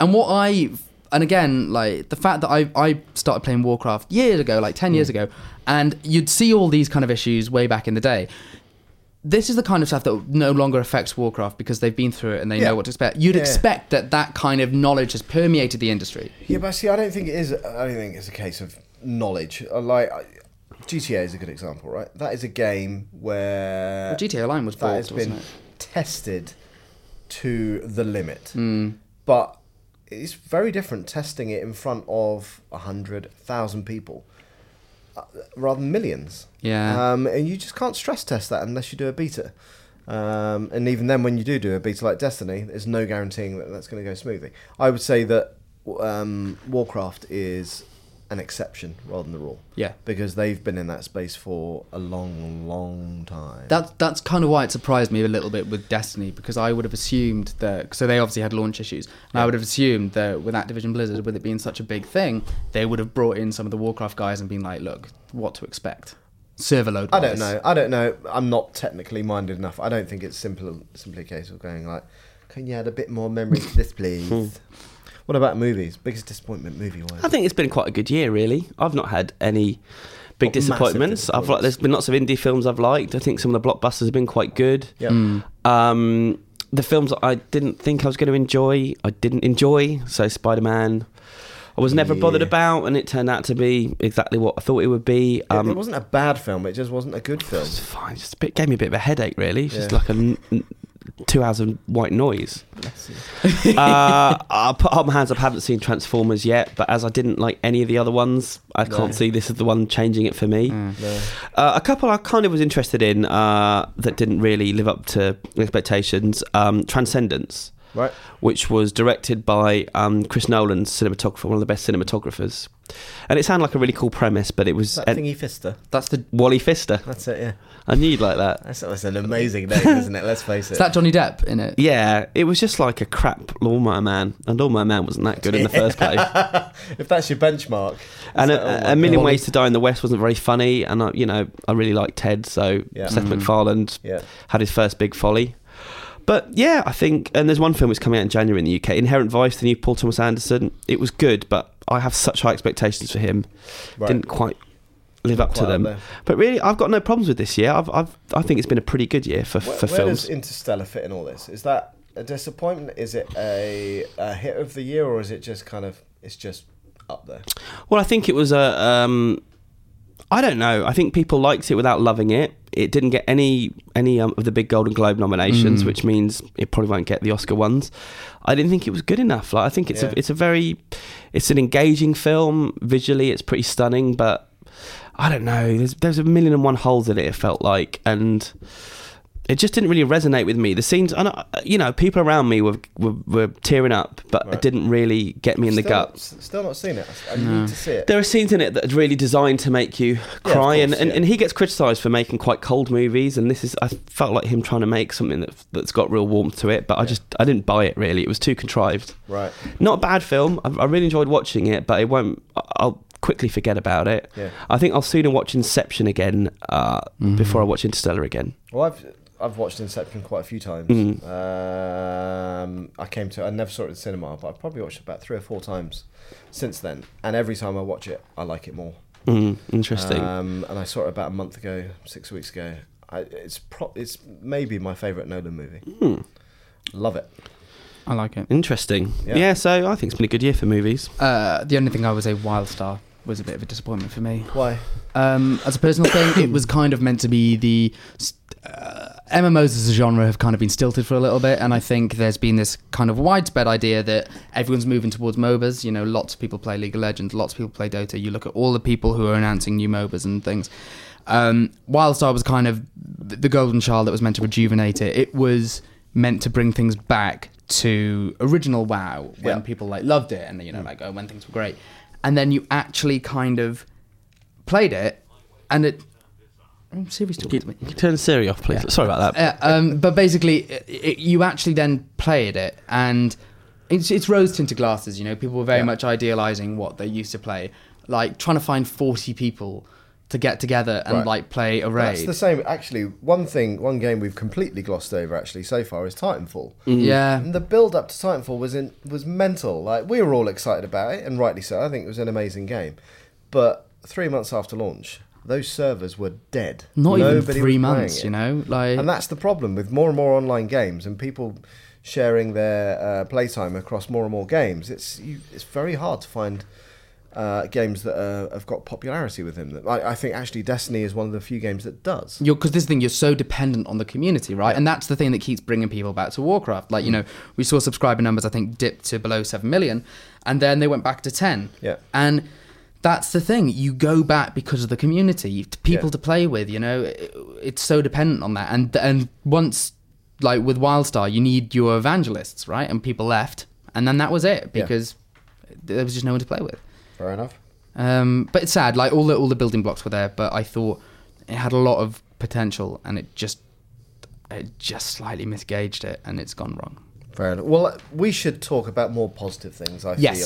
C: And what I and again, like the fact that I I started playing Warcraft years ago, like ten years ago, and you'd see all these kind of issues way back in the day. This is the kind of stuff that no longer affects Warcraft because they've been through it and they
A: Yeah.
C: know what to expect. You'd
A: Yeah.
C: expect that that kind of knowledge has permeated the industry.
A: Yeah, but see, I don't think it is. I don't think it's a case of knowledge. I Like I- GTA is a good example, right? That is a game where
C: GTA Online was
A: Uh, that has
C: bought,
A: been
C: wasn't it?
A: tested to the limit,
C: Hmm.
A: but it's very different testing it in front of a hundred thousand people uh, rather than millions.
C: Yeah.
A: um, and you just can't stress test that unless you do a beta. Um, and even then, when you do do a beta like Destiny, there's no guaranteeing that that's going to go smoothly. I would say that um, Warcraft is an exception rather than the rule.
C: Yeah.
A: Because they've been in that space for a long, long time.
C: That's that's kind of why it surprised me a little bit with Destiny because I would have assumed that so they obviously had launch issues and I would have assumed that with Activision Blizzard with it being such a big thing they would have brought in some of the Warcraft guys and been like look what to expect server load
A: I don't
C: wise.
A: know. I don't know. I'm not technically minded enough. I don't think it's simple, simply a case of going like, can you add a bit more memory to this,
B: Hmm.
A: please? what about movies? Biggest disappointment movie wise?
B: I think it's been quite a good year, really. I've not had any big
C: Oh,
A: Not massive
B: disappointments. I've
A: disappointments.
B: like, there's been lots of indie films I've liked. I think some of the blockbusters have been quite good.
A: Yeah.
C: Hmm.
B: Um, the films that I didn't think I was going to enjoy, I didn't enjoy. So Spider Man, I was never
A: Yeah.
B: bothered about, and it turned out to be exactly what I thought it would be.
A: It-
B: Um,
A: it wasn't a bad film. It just wasn't a good film.
B: It's fine. It's just a bit, gave me a bit of a headache, really. It's just
A: Yeah.
B: like a n- n- two hours of white noise. uh, I'll put up my hands up. I haven't seen Transformers yet, but as I didn't like any of the other ones, I
A: No.
B: can't see this is the one changing it for me.
C: Mm.
A: No.
B: Uh, a couple I kind of was interested in uh, that didn't really live up to expectations. Um, Transcendence,
A: Right.
B: which was directed by um, Chris Nolan's cinematographer, one of the best cinematographers, and it sounded like a really cool premise, but it was
A: That
B: and-
A: thingy fister.
C: that's the
B: Wally Fister.
A: That's it. Yeah.
B: I knew you'd like that.
A: That's, that's an amazing name, isn't it? Let's face it.
C: is that Johnny Depp in it
B: Yeah, it was just like a crap Lawnmower Man, and Lawnmower Man wasn't that good in the first place.
A: if that's your benchmark.
B: And
A: it's like, oh
B: a,
A: my
B: a million
A: God.
B: ways to die in the West wasn't very funny, and I, you know I really liked Ted, so
A: Yeah.
B: Seth MacFarlane
A: Yeah.
B: had his first big folly. But yeah, I think, and there's one film that's coming out in January in the UK, Inherent Vice, the new Paul Thomas Anderson. It was good, but I have such high expectations for him.
A: Right.
B: Didn't quite live up to
A: Quite up
B: them.
A: there.
B: but really, I've got no problems with this year. I've, I've I think it's been a pretty good year for
A: Where,
B: for
A: where
B: films.
A: does Interstellar fit in all this? Is that a disappointment? Is it a, a hit of the year, or is it just kind of it's just up there?
B: Well, I think it was a. Um, I don't know. I think people liked it without loving it. It didn't get any any um, of the big Golden Globe
A: Mm.
B: nominations, which means it probably won't get the Oscar ones. I didn't think it was good enough. Like I think it's
A: Yeah.
B: a it's a very it's an engaging film visually. It's pretty stunning, but I don't know. There's there's a million and one holes in it. It felt like and. it just didn't really resonate with me. The scenes, and I, you know, people around me were were, were tearing up, but
A: Right.
B: it didn't really get me in the
A: Still
B: gut.
A: not- s- Still not seen it. I
C: No.
A: need to see it.
B: There are scenes in it that are really designed to make you
A: Yeah, of
B: cry, and,
A: course,
B: and,
A: yeah.
B: and he gets criticised for making quite cold movies, and this is I felt like him trying to make something that that's got real warmth to it, but I
A: Yeah.
B: just I didn't buy it really. It was too contrived.
A: Right.
B: Not a bad film. I, I really enjoyed watching it, but it won't. I- I'll quickly forget about it.
A: Yeah.
B: I think I'll sooner watch Inception again uh,
A: Mm-hmm.
C: Mhm.
B: before I watch Interstellar again.
A: Well, I've I've watched Inception quite a few times.
B: Mm.
A: Um, I came to I never saw it in cinema, but I've probably watched it about three or four times since then. And every time I watch it, I like it more.
B: Mm, interesting.
A: Um, and I saw it about a month ago, six weeks ago. I, it's pro- it's maybe my favorite Nolan movie.
B: Hmm.
A: Love it.
C: I like it.
B: Interesting.
A: Yeah.
B: Yeah. so I think it's been a good year for movies.
C: Uh, the only thing I would say, Wildstar was a bit of a disappointment for me.
A: Why?
C: Um, as a personal thing, it was kind of meant to be the uh, MMOs as a genre have kind of been stilted for a little bit, and I think there's been this kind of widespread idea that everyone's moving towards MOBAs. You know, lots of people play League of Legends, lots of people play Dota. You look at all the people who are announcing new MOBAs and things. Um, Wildstar was kind of th- the golden child that was meant to rejuvenate it. It was meant to bring things back to original WoW when
A: Yeah.
C: people like loved it and you know like oh when things were great, and then you actually kind of played it, and it. Oh, Siri's talking
B: You,
C: to me.
B: you turn Siri off, please. Sorry about that.
C: Uh, um, but basically, it, it, you actually then played it, and it's, it's rose tinted glasses. You know, people were very
A: Yeah.
C: much idealizing what they used to play, like trying to find forty people to get together and
A: Right.
C: like play a
A: That's
C: raid.
A: the same. Actually, one thing, one game we've completely glossed over actually so far is Titanfall.
C: Mm, yeah,
A: And the build up to Titanfall was in was mental. Like we were all excited about it, and rightly so. I think it was an amazing game. But three months after launch, those servers were dead.
C: not even
A: Nobody
C: three
A: was playing
C: months.
A: it.
C: You know, like
A: And that's the problem with more and more online games and people sharing their uh, playtime across more and more games. It's you, it's very hard to find uh, games that uh, have got popularity with them. I, I think actually Destiny is one of the few games that does.
C: you're because this thing you're so dependent on the community right and that's the thing that keeps bringing people back to warcraft like you
A: Mm.
C: know we saw subscriber numbers i think dip to below 7 million and then they went back to 10
A: Yeah.
C: and that's the thing you go back because of the community you- people
A: Yeah.
C: to play with you know It- it's so dependent on that and and once like with wildstar you need your evangelists right and people left and then that was it
A: Yeah.
C: because there was just no one to play with
A: Fair enough.
C: um, but it's sad. Like all the all the building blocks were there, but I thought it had a lot of potential, and it just it just slightly misgauged it, and it's gone wrong.
A: Fair enough. Well, uh, we should talk about more positive things, I
C: Yes.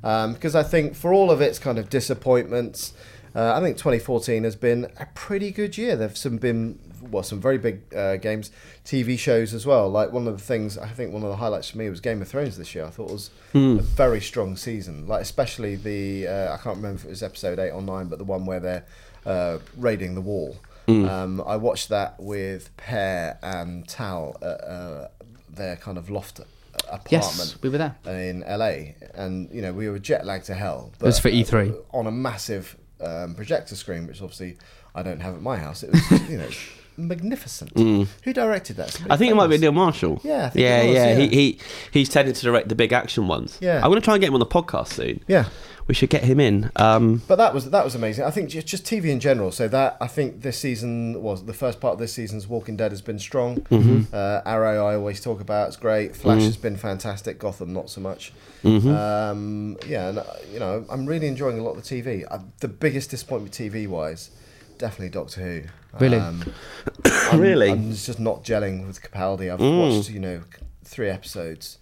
A: feel. Um, because I think for all of its kind of disappointments, uh, I think 2014 has been a pretty good year. There've some been well some very big uh, games, TV shows as well. Like one of the things I think one of the highlights for me was Game of Thrones this year. I thought was a very strong season. Like especially the uh, I can't remember if it was episode eight or nine, but the one where they're uh, raiding the wall. Um, I watched that with Pear and Tal at uh, their kind of loft uh, apartment
C: Yes, we were there.
A: in LA, and you know we were jet lagged to hell. But uh,
C: was for
B: E
C: E3.
A: on a massive um, projector screen, which obviously I don't have at my house. It was you know magnificent. Who directed that? Somebody
B: Mm. I think it might be
A: famous.
B: Neil Marshall.
A: Yeah, I think
B: yeah,
A: it was,
B: yeah. He,
A: yeah.
B: he he's tended to direct the big action ones.
A: Yeah.
B: I'm gonna try and get him on the podcast soon.
A: Yeah,
B: We should get him in. Um,
A: but that was that was amazing. I think just, just TV in general. So that I think this season was the first part of this season's Walking Dead has been strong.
B: Mm-hmm.
A: Uh, Arrow, I always talk about, it's great. Flash has been fantastic. Gotham, not so much.
B: Mm-hmm.
A: Um, yeah, and uh, you know I'm really enjoying a lot of the TV. Uh, the biggest disappointment TV wise, definitely Doctor Who. Um,
C: Really?
A: I'm-
B: Really?
A: I'm just not gelling with Capaldi. I've
B: Mm.
A: watched you know three episodes,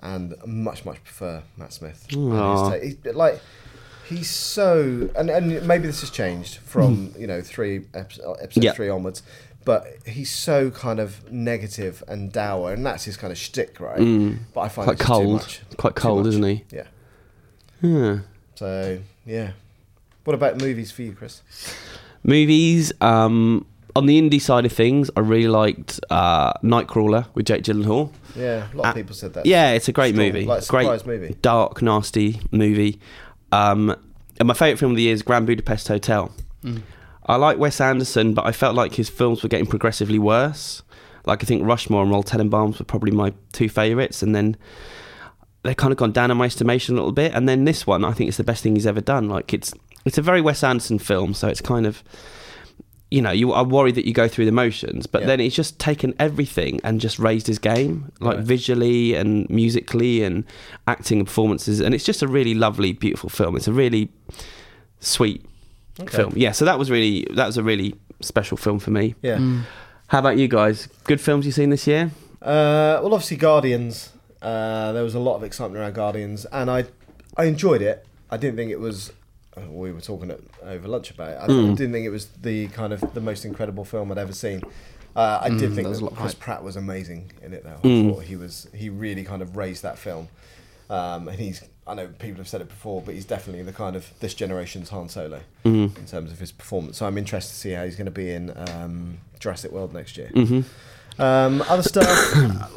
A: and much much prefer Matt Smith.
B: Aw.
A: And his ta- he- like he's so and and maybe this has changed from you know three episode, episode
B: Hmm. Yeah.
A: three onwards, but he's so kind of negative and dour, and that's his kind of shtick, right? But I find
B: Hmm.
A: it's
B: mm, quite
A: just
B: cold.
A: Too much.
B: Quite
A: Too
B: cold,
A: much.
B: isn't he?
A: Yeah.
B: Yeah.
A: So yeah. What about movies for you, Chris?
B: Movies. Um, on the indie side of things, I really liked uh, Nightcrawler with Jake Gyllenhaal.
A: Yeah, a lot
B: Uh,
A: of people said that.
B: Yeah, it's a great
A: Still,
B: movie.
A: Like
B: great
A: surprise movie.
B: dark, nasty movie. Um, and my favourite film of the year is Grand Budapest Hotel.
C: Mm.
B: I like Wes Anderson, but I felt like his films were getting progressively worse. Like I think Rushmore and Roll Tenenbaums were probably my two favourites, and then they kind of gone down in my estimation a little bit. And then this one, I think it's the best thing he's ever done. Like it's it's a very Wes Anderson film, so it's kind of you know, you are worried that you go through the motions, but
A: Yeah.
B: then he's just taken everything and just raised his game, like
A: Right.
B: visually and musically and acting and performances, and it's just a really lovely, beautiful film. It's a really sweet
A: Okay.
B: film. Yeah, so that was really that was a really special film for me.
A: Yeah.
C: Mm.
B: How about you guys? Good films you've seen this year?
A: Uh, well, obviously Guardians. Uh, there was a lot of excitement around Guardians, and I, I enjoyed it. I didn't think it was. uh, We were talking it over lunch about it. I
C: Hmm.
B: Mm.
A: didn't think it was the kind of the most incredible film I'd ever seen. Uh, I did
C: Mm,
A: think
C: there was a lot
A: that
C: of
A: Chris
C: hype. Hmm.
A: Pratt was amazing in it, though. I
B: Mm.
A: thought he was. He really kind of raised that film. Um, and he's. I know people have said it before, but he's definitely the kind of this generation's Han Solo
C: Hmm.
B: Mm.
A: in terms of his performance. So I'm interested to see how he's going to be in um, Jurassic World next year.
C: Mm-hmm.
B: hmm
A: Um, other stuff,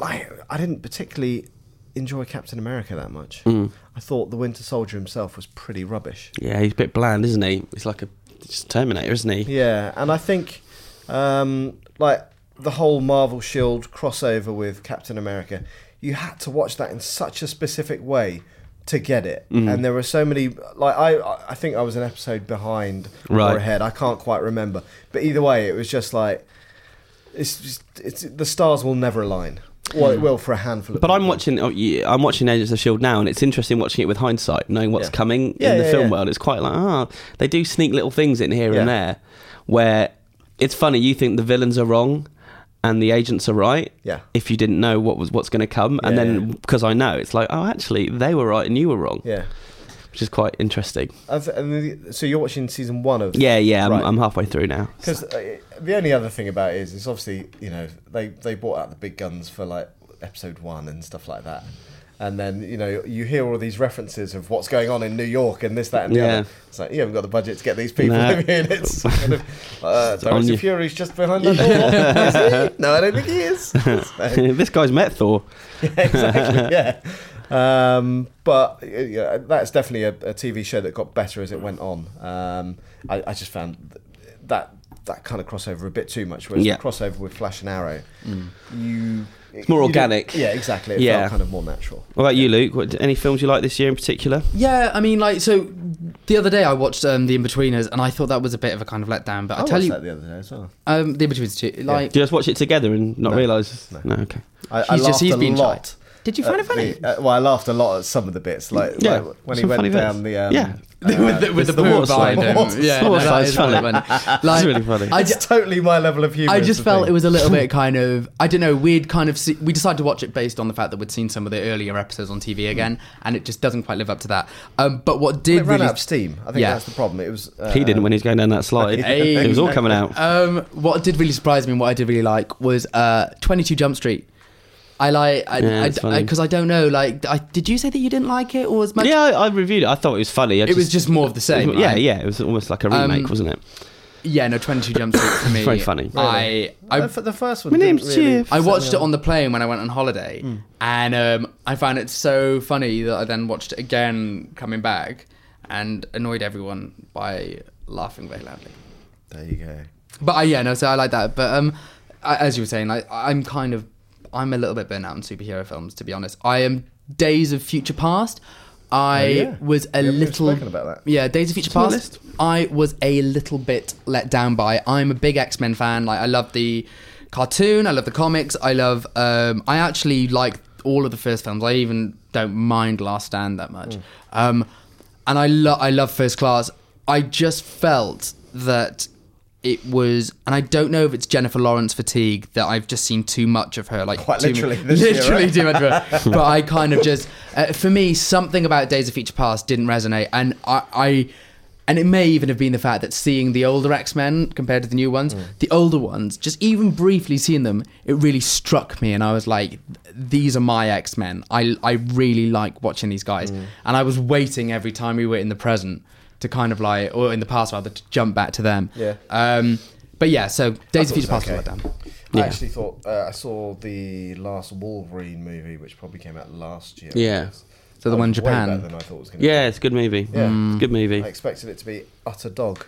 A: like I didn't particularly enjoy Captain America that much.
B: Mm.
A: I thought the Winter Soldier himself was pretty rubbish.
B: Yeah, he's a bit bland, isn't he? He's like a just Terminator, isn't he?
A: Yeah, and I think um, like the whole Marvel Shield crossover with Captain America, you had to watch that in such a specific way to get it.
B: Mm-hmm.
A: And there were so many like I I think I was an episode behind
B: Right.
A: or ahead. I can't quite remember, but either way, it was just like it's just it's the stars will never align. Well, it will for a handful of.
B: Mm. But I'm
A: people.
B: watching. Oh, yeah, I'm watching Agents of Shield E now, and it's interesting watching it with hindsight, knowing what's
A: Yeah.
B: coming
A: Yeah,
B: in the
A: yeah,
B: film
A: yeah.
B: world. It's quite like ah, they do sneak little things in here
A: Yeah.
B: and there, where it's funny. You think the villains are wrong, and the agents are right.
A: Yeah.
B: If you didn't know what was what's going to come, and
A: Yeah,
B: then
A: yeah.
B: because I know, it's like oh, actually they were right and you were wrong,
A: Yeah.
B: which is quite interesting.
A: I've, and the- so you're watching season one of
B: Yeah, yeah. I'm,
A: Right.
B: I'm halfway through now.
A: Because uh, the only other thing about it is, it's obviously you know they they bought out the big guns for like episode one and stuff like that, and then you know you hear all these references of what's going on in New York and this that and the
B: Yeah.
A: other. It's like you haven't got the budget to get these people.
B: No.
A: I mean, it's kind of uh,
B: on
A: Dario
B: you.
A: Fury's just behind that door. Is he? No, I don't think he is. So-
B: this guy's met Thor.
A: exactly. Yeah. Um, but uh, yeah, that's definitely a, a TV show that got better as it went on. Um, I, I just found th- that that kind of crossover a bit too much. Whereas
B: Yeah.
A: the crossover with Flash and Arrow,
C: Mm.
A: you it's
B: more organic.
A: Yeah, exactly. It
B: Yeah.
A: felt kind of more natural.
B: What about you, Luke? What, any films you like this year in particular?
C: Yeah, I mean, like, so the other day I watched um, The Inbetweeners, and I thought that was a bit of a kind of letdown. But I,
A: I,
C: tell
A: watched
C: you,
A: that the other day as well.
C: um, The Inbetweeners too. Like,
B: Do you just watch it together and not
A: No.
B: realise?
A: No.
B: no, okay.
A: I, I
C: He's just-
A: laughed
C: he's
A: a
C: been shy.
A: lot.
C: did you find
A: at
C: it funny?
A: the- uh, well, I laughed a lot at some of the bits, like,
B: Yeah,
A: like when he
B: some funny
A: went
B: bits.
A: down the um,
B: Yeah.
C: with the, with the,
B: the
C: poo
B: water slide.
C: behind him.
A: Water
C: Yeah,
B: slide.
C: no,
B: Water
C: that is
B: slide's
C: funny.
B: It's
C: Like,
B: really funny.
C: I,
A: It's
C: ju-
A: totally my level of humour.
C: I
A: is
C: just
A: the
C: felt
A: thing.
C: it was a little bit kind of I don't know we'd kind of see, we decided to watch it based on the fact that we'd seen some of the earlier episodes on
B: Mm.
C: TV again and it just doesn't quite live up to that. Um, but what did
A: It ran
C: really
A: out of steam. I think
C: Yeah.
A: that's the problem. It was uh,
B: He didn't when he was going down that slide.
A: Hey.
B: It was all coming out.
C: um, what did really surprise me and what I did really like was uh, 22 Jump Street. I like I
B: Yeah, it's
C: because I,
B: funny.
C: 'cause I don't know like I, did you say that you didn't like it or as much?
B: yeah, I, I reviewed it. I thought it was funny. I
C: it was just more of the same.
B: yeah,
C: right?
B: yeah. It was almost like a remake,
C: Um,
B: wasn't it?
C: yeah. No, 22 Jump Street for me.
B: Very funny.
C: I I
A: Uh, for the first one.
B: My
A: didn't
B: name's
A: really
B: Jeff.
C: I
A: set
C: watched
A: me
C: it on the plane when I went on holiday,
A: Hmm.
C: and um, I found it so funny that I then watched it again coming back, and annoyed everyone by laughing very loudly.
A: There you go.
C: But I, yeah, no, so I like that. But um, I, as you were saying, like I- I'm kind of, I'm a little bit burnt out on superhero films, to be honest. I am Days of Future Past. I
A: Oh, yeah.
C: was a
A: We haven't even
C: little
A: spoken about that.
C: Yeah, Days of Future
B: on my
C: Past.
B: list.
C: I was a little bit let down by. I'm a big X Men fan. Like I love the cartoon. I love the comics. I love. Um, I actually like all of the first films. I even don't mind Last Stand that
A: Hmm.
C: much. Um, and I love. I love First Class. I just felt that it was, and I don't know if it's Jennifer Lawrence fatigue that I've just seen too much of her, like
A: Quite
C: too
A: literally
C: mu-
A: this year,
C: literally
A: right?
C: too much of her. But I kind of just, uh, for me, something about Days of Future Past didn't resonate, and I. I and it may even have been the fact that seeing the older X Men compared to the new ones, the older ones, just even briefly seeing them, it really struck me, and I was like, "These are my X Men. I I really like watching these guys." And I was waiting every time we were in the present to kind of like, or in the past rather, to jump back to them.
A: Yeah.
C: Um, but yeah, so Days of
A: thought it
C: Future Past
A: was
C: was let down.
B: Yeah.
A: I actually thought uh, I saw the last Wolverine movie, which probably came out last year.
B: Yeah.
C: So the
A: That
C: one in
A: was way
C: Japan.
A: better than I thought it was going to
B: Yeah, it's a good movie. Mm.
A: Yeah.
B: It's a good
A: be.
B: movie.
A: I expected it to be utter dog,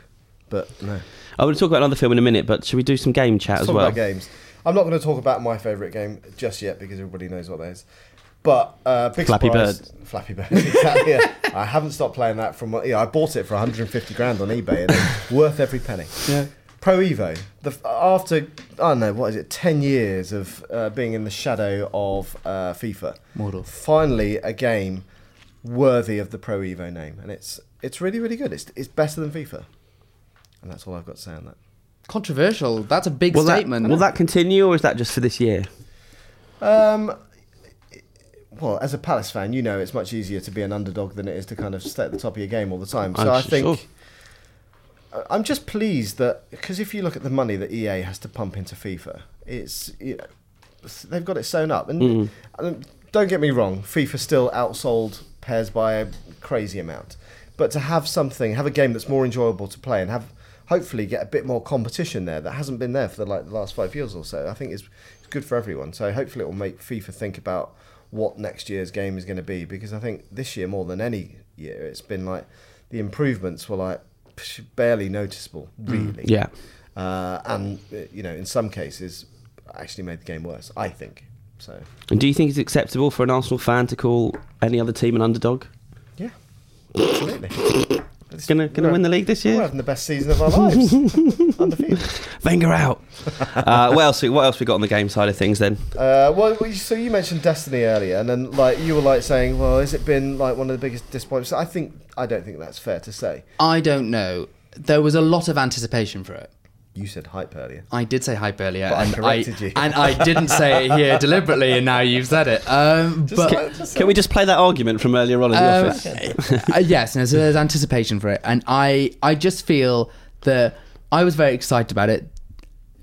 A: but no.
B: I want to talk about another film in a minute, but should we do some game chat as
A: talk
B: well?
A: about games. I'm not going to talk about my favourite game just yet because everybody knows what that is. But uh, big
B: Flappy
A: surprise, Flappy Bird. Exactly. yeah. I haven't stopped playing that from. Yeah, I bought it for 150 grand on eBay and it's worth every penny.
C: Yeah.
A: Pro Evo. The f- after I don't know what is it, ten years of uh, being in the shadow of uh, FIFA.
C: Mordor.
A: Finally, a game worthy of the Pro Evo name, and it's it's really really good. It's it's better than FIFA, and that's all I've got to say on that.
C: Controversial. That's a big
B: Will that,
C: statement.
B: will that continue, or is that just for this year?
A: Um, well, as a Palace fan, you know it's much easier to be an underdog than it is to kind of stay at the top of your game all the time. So
B: Oh,
A: I
B: sure.
A: think I- I'm just pleased that because if you look at the money that EA has to pump into FIFA, it's you know, s- they've got it sewn up. And, and don't get me wrong, FIFA still outsold pairs by a crazy amount. But to have something, have a game that's more enjoyable to play, and have hopefully get a bit more competition there that hasn't been there for the, like the last five years or so, I think is it's good for everyone. So hopefully it will make FIFA think about what next year's game is going to be because I think this year more than any year it's been like the improvements were like psh, barely noticeable really
B: Yeah.
A: uh, and uh, you know in some cases actually made the game worse I think so
B: And do you think it's acceptable for an Arsenal fan to call any other team an underdog?
A: yeah absolutely it's
B: Gonna gonna
A: we're-
B: win the league this
A: we're
B: year?
A: having the best season of our lives undefeated
B: Wenger out. uh, what else? What else we got on the game side of things then?
A: Uh, well, we- so you mentioned Destiny earlier, and then like you were like saying, well, has it been like one of the biggest disappointments? I think I don't think that's fair to say.
C: I don't know. There was a lot of anticipation for it.
A: You said hype earlier.
C: I did say hype earlier,
A: I
C: and
A: corrected you.
C: and I didn't say it here deliberately, and now you've said it. Um,
A: Just
C: but
A: like- just
B: Can we just play that argument from earlier on in the
C: Um,
B: office?
C: uh, yes, no, so there's anticipation for it, and I I just feel that I was very excited about it.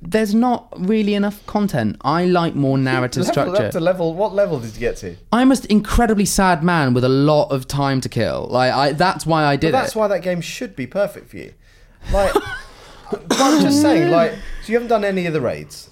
C: There's not really enough content. I like more narrative
A: level up
C: structure.
A: to level. What level did you get to?
C: I'm an incredibly sad man with a lot of time to kill. Like I, that's why I
A: But
C: did
A: that's
C: it.
A: why that game should be perfect for you. Like, I'm just saying. Like, so you haven't done any of the raids.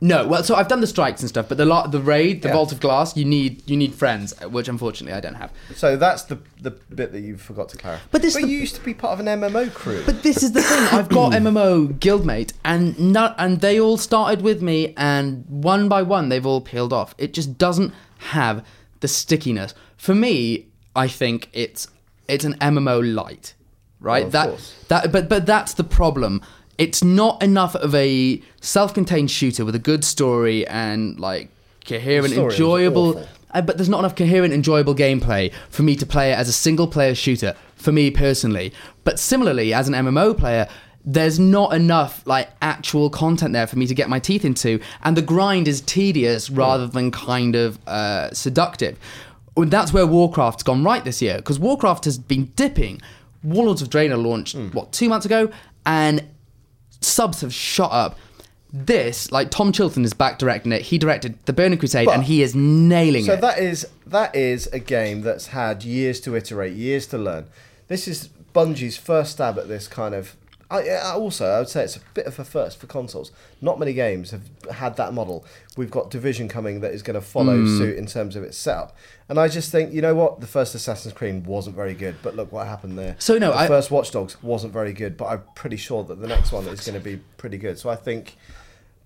C: No, well, so I've done the strikes and stuff, but the lot, the raid, the
A: Yeah.
C: vault of glass, you need you need friends, which unfortunately I don't have.
A: So that's the the bit that you forgot to clarify.
C: But this-
A: but you used to be part of an MMO crew.
C: But this is the thing. I've got MMO guildmate, and not, and they all started with me, and one by one they've all peeled off. It just doesn't have the stickiness. For me, I think it's it's an MMO light, right?
A: Well, of
C: that
A: course.
C: that but but that's the problem. It's not enough of a self-contained shooter with a good story and like coherent,
A: story was
C: enjoyable.
A: awful.
C: Uh, but there's not enough coherent, enjoyable gameplay for me to play it as a single player shooter, for me personally. But similarly, as an MMO player, there's not enough like actual content there for me to get my teeth into, and the grind is tedious rather than kind of uh, seductive. Well, that's where Warcraft's gone right this year because Warcraft has been dipping. Warlords of Draenor launched
A: Hmm.
C: what two months ago, and subs have shot up. This, like Tom Chilton is back directing it. He directed The Burning Crusade,
A: But-
C: and he is nailing
A: So
C: it.
A: that is that is a game that's had years to iterate, years to learn. This is Bungie's first stab at this kind of. I, I also, I would say it's a bit of a first for consoles. Not many games have had that model. We've got Division coming that is going to follow
C: Hmm.
A: suit in terms of its setup. And I just think, you know what? The first Assassin's Creed wasn't very good, but look what happened there.
C: So, no,
A: the
C: I-
A: first Watch Dogs wasn't very good, but I'm pretty sure that the next one is going to be pretty good. So I think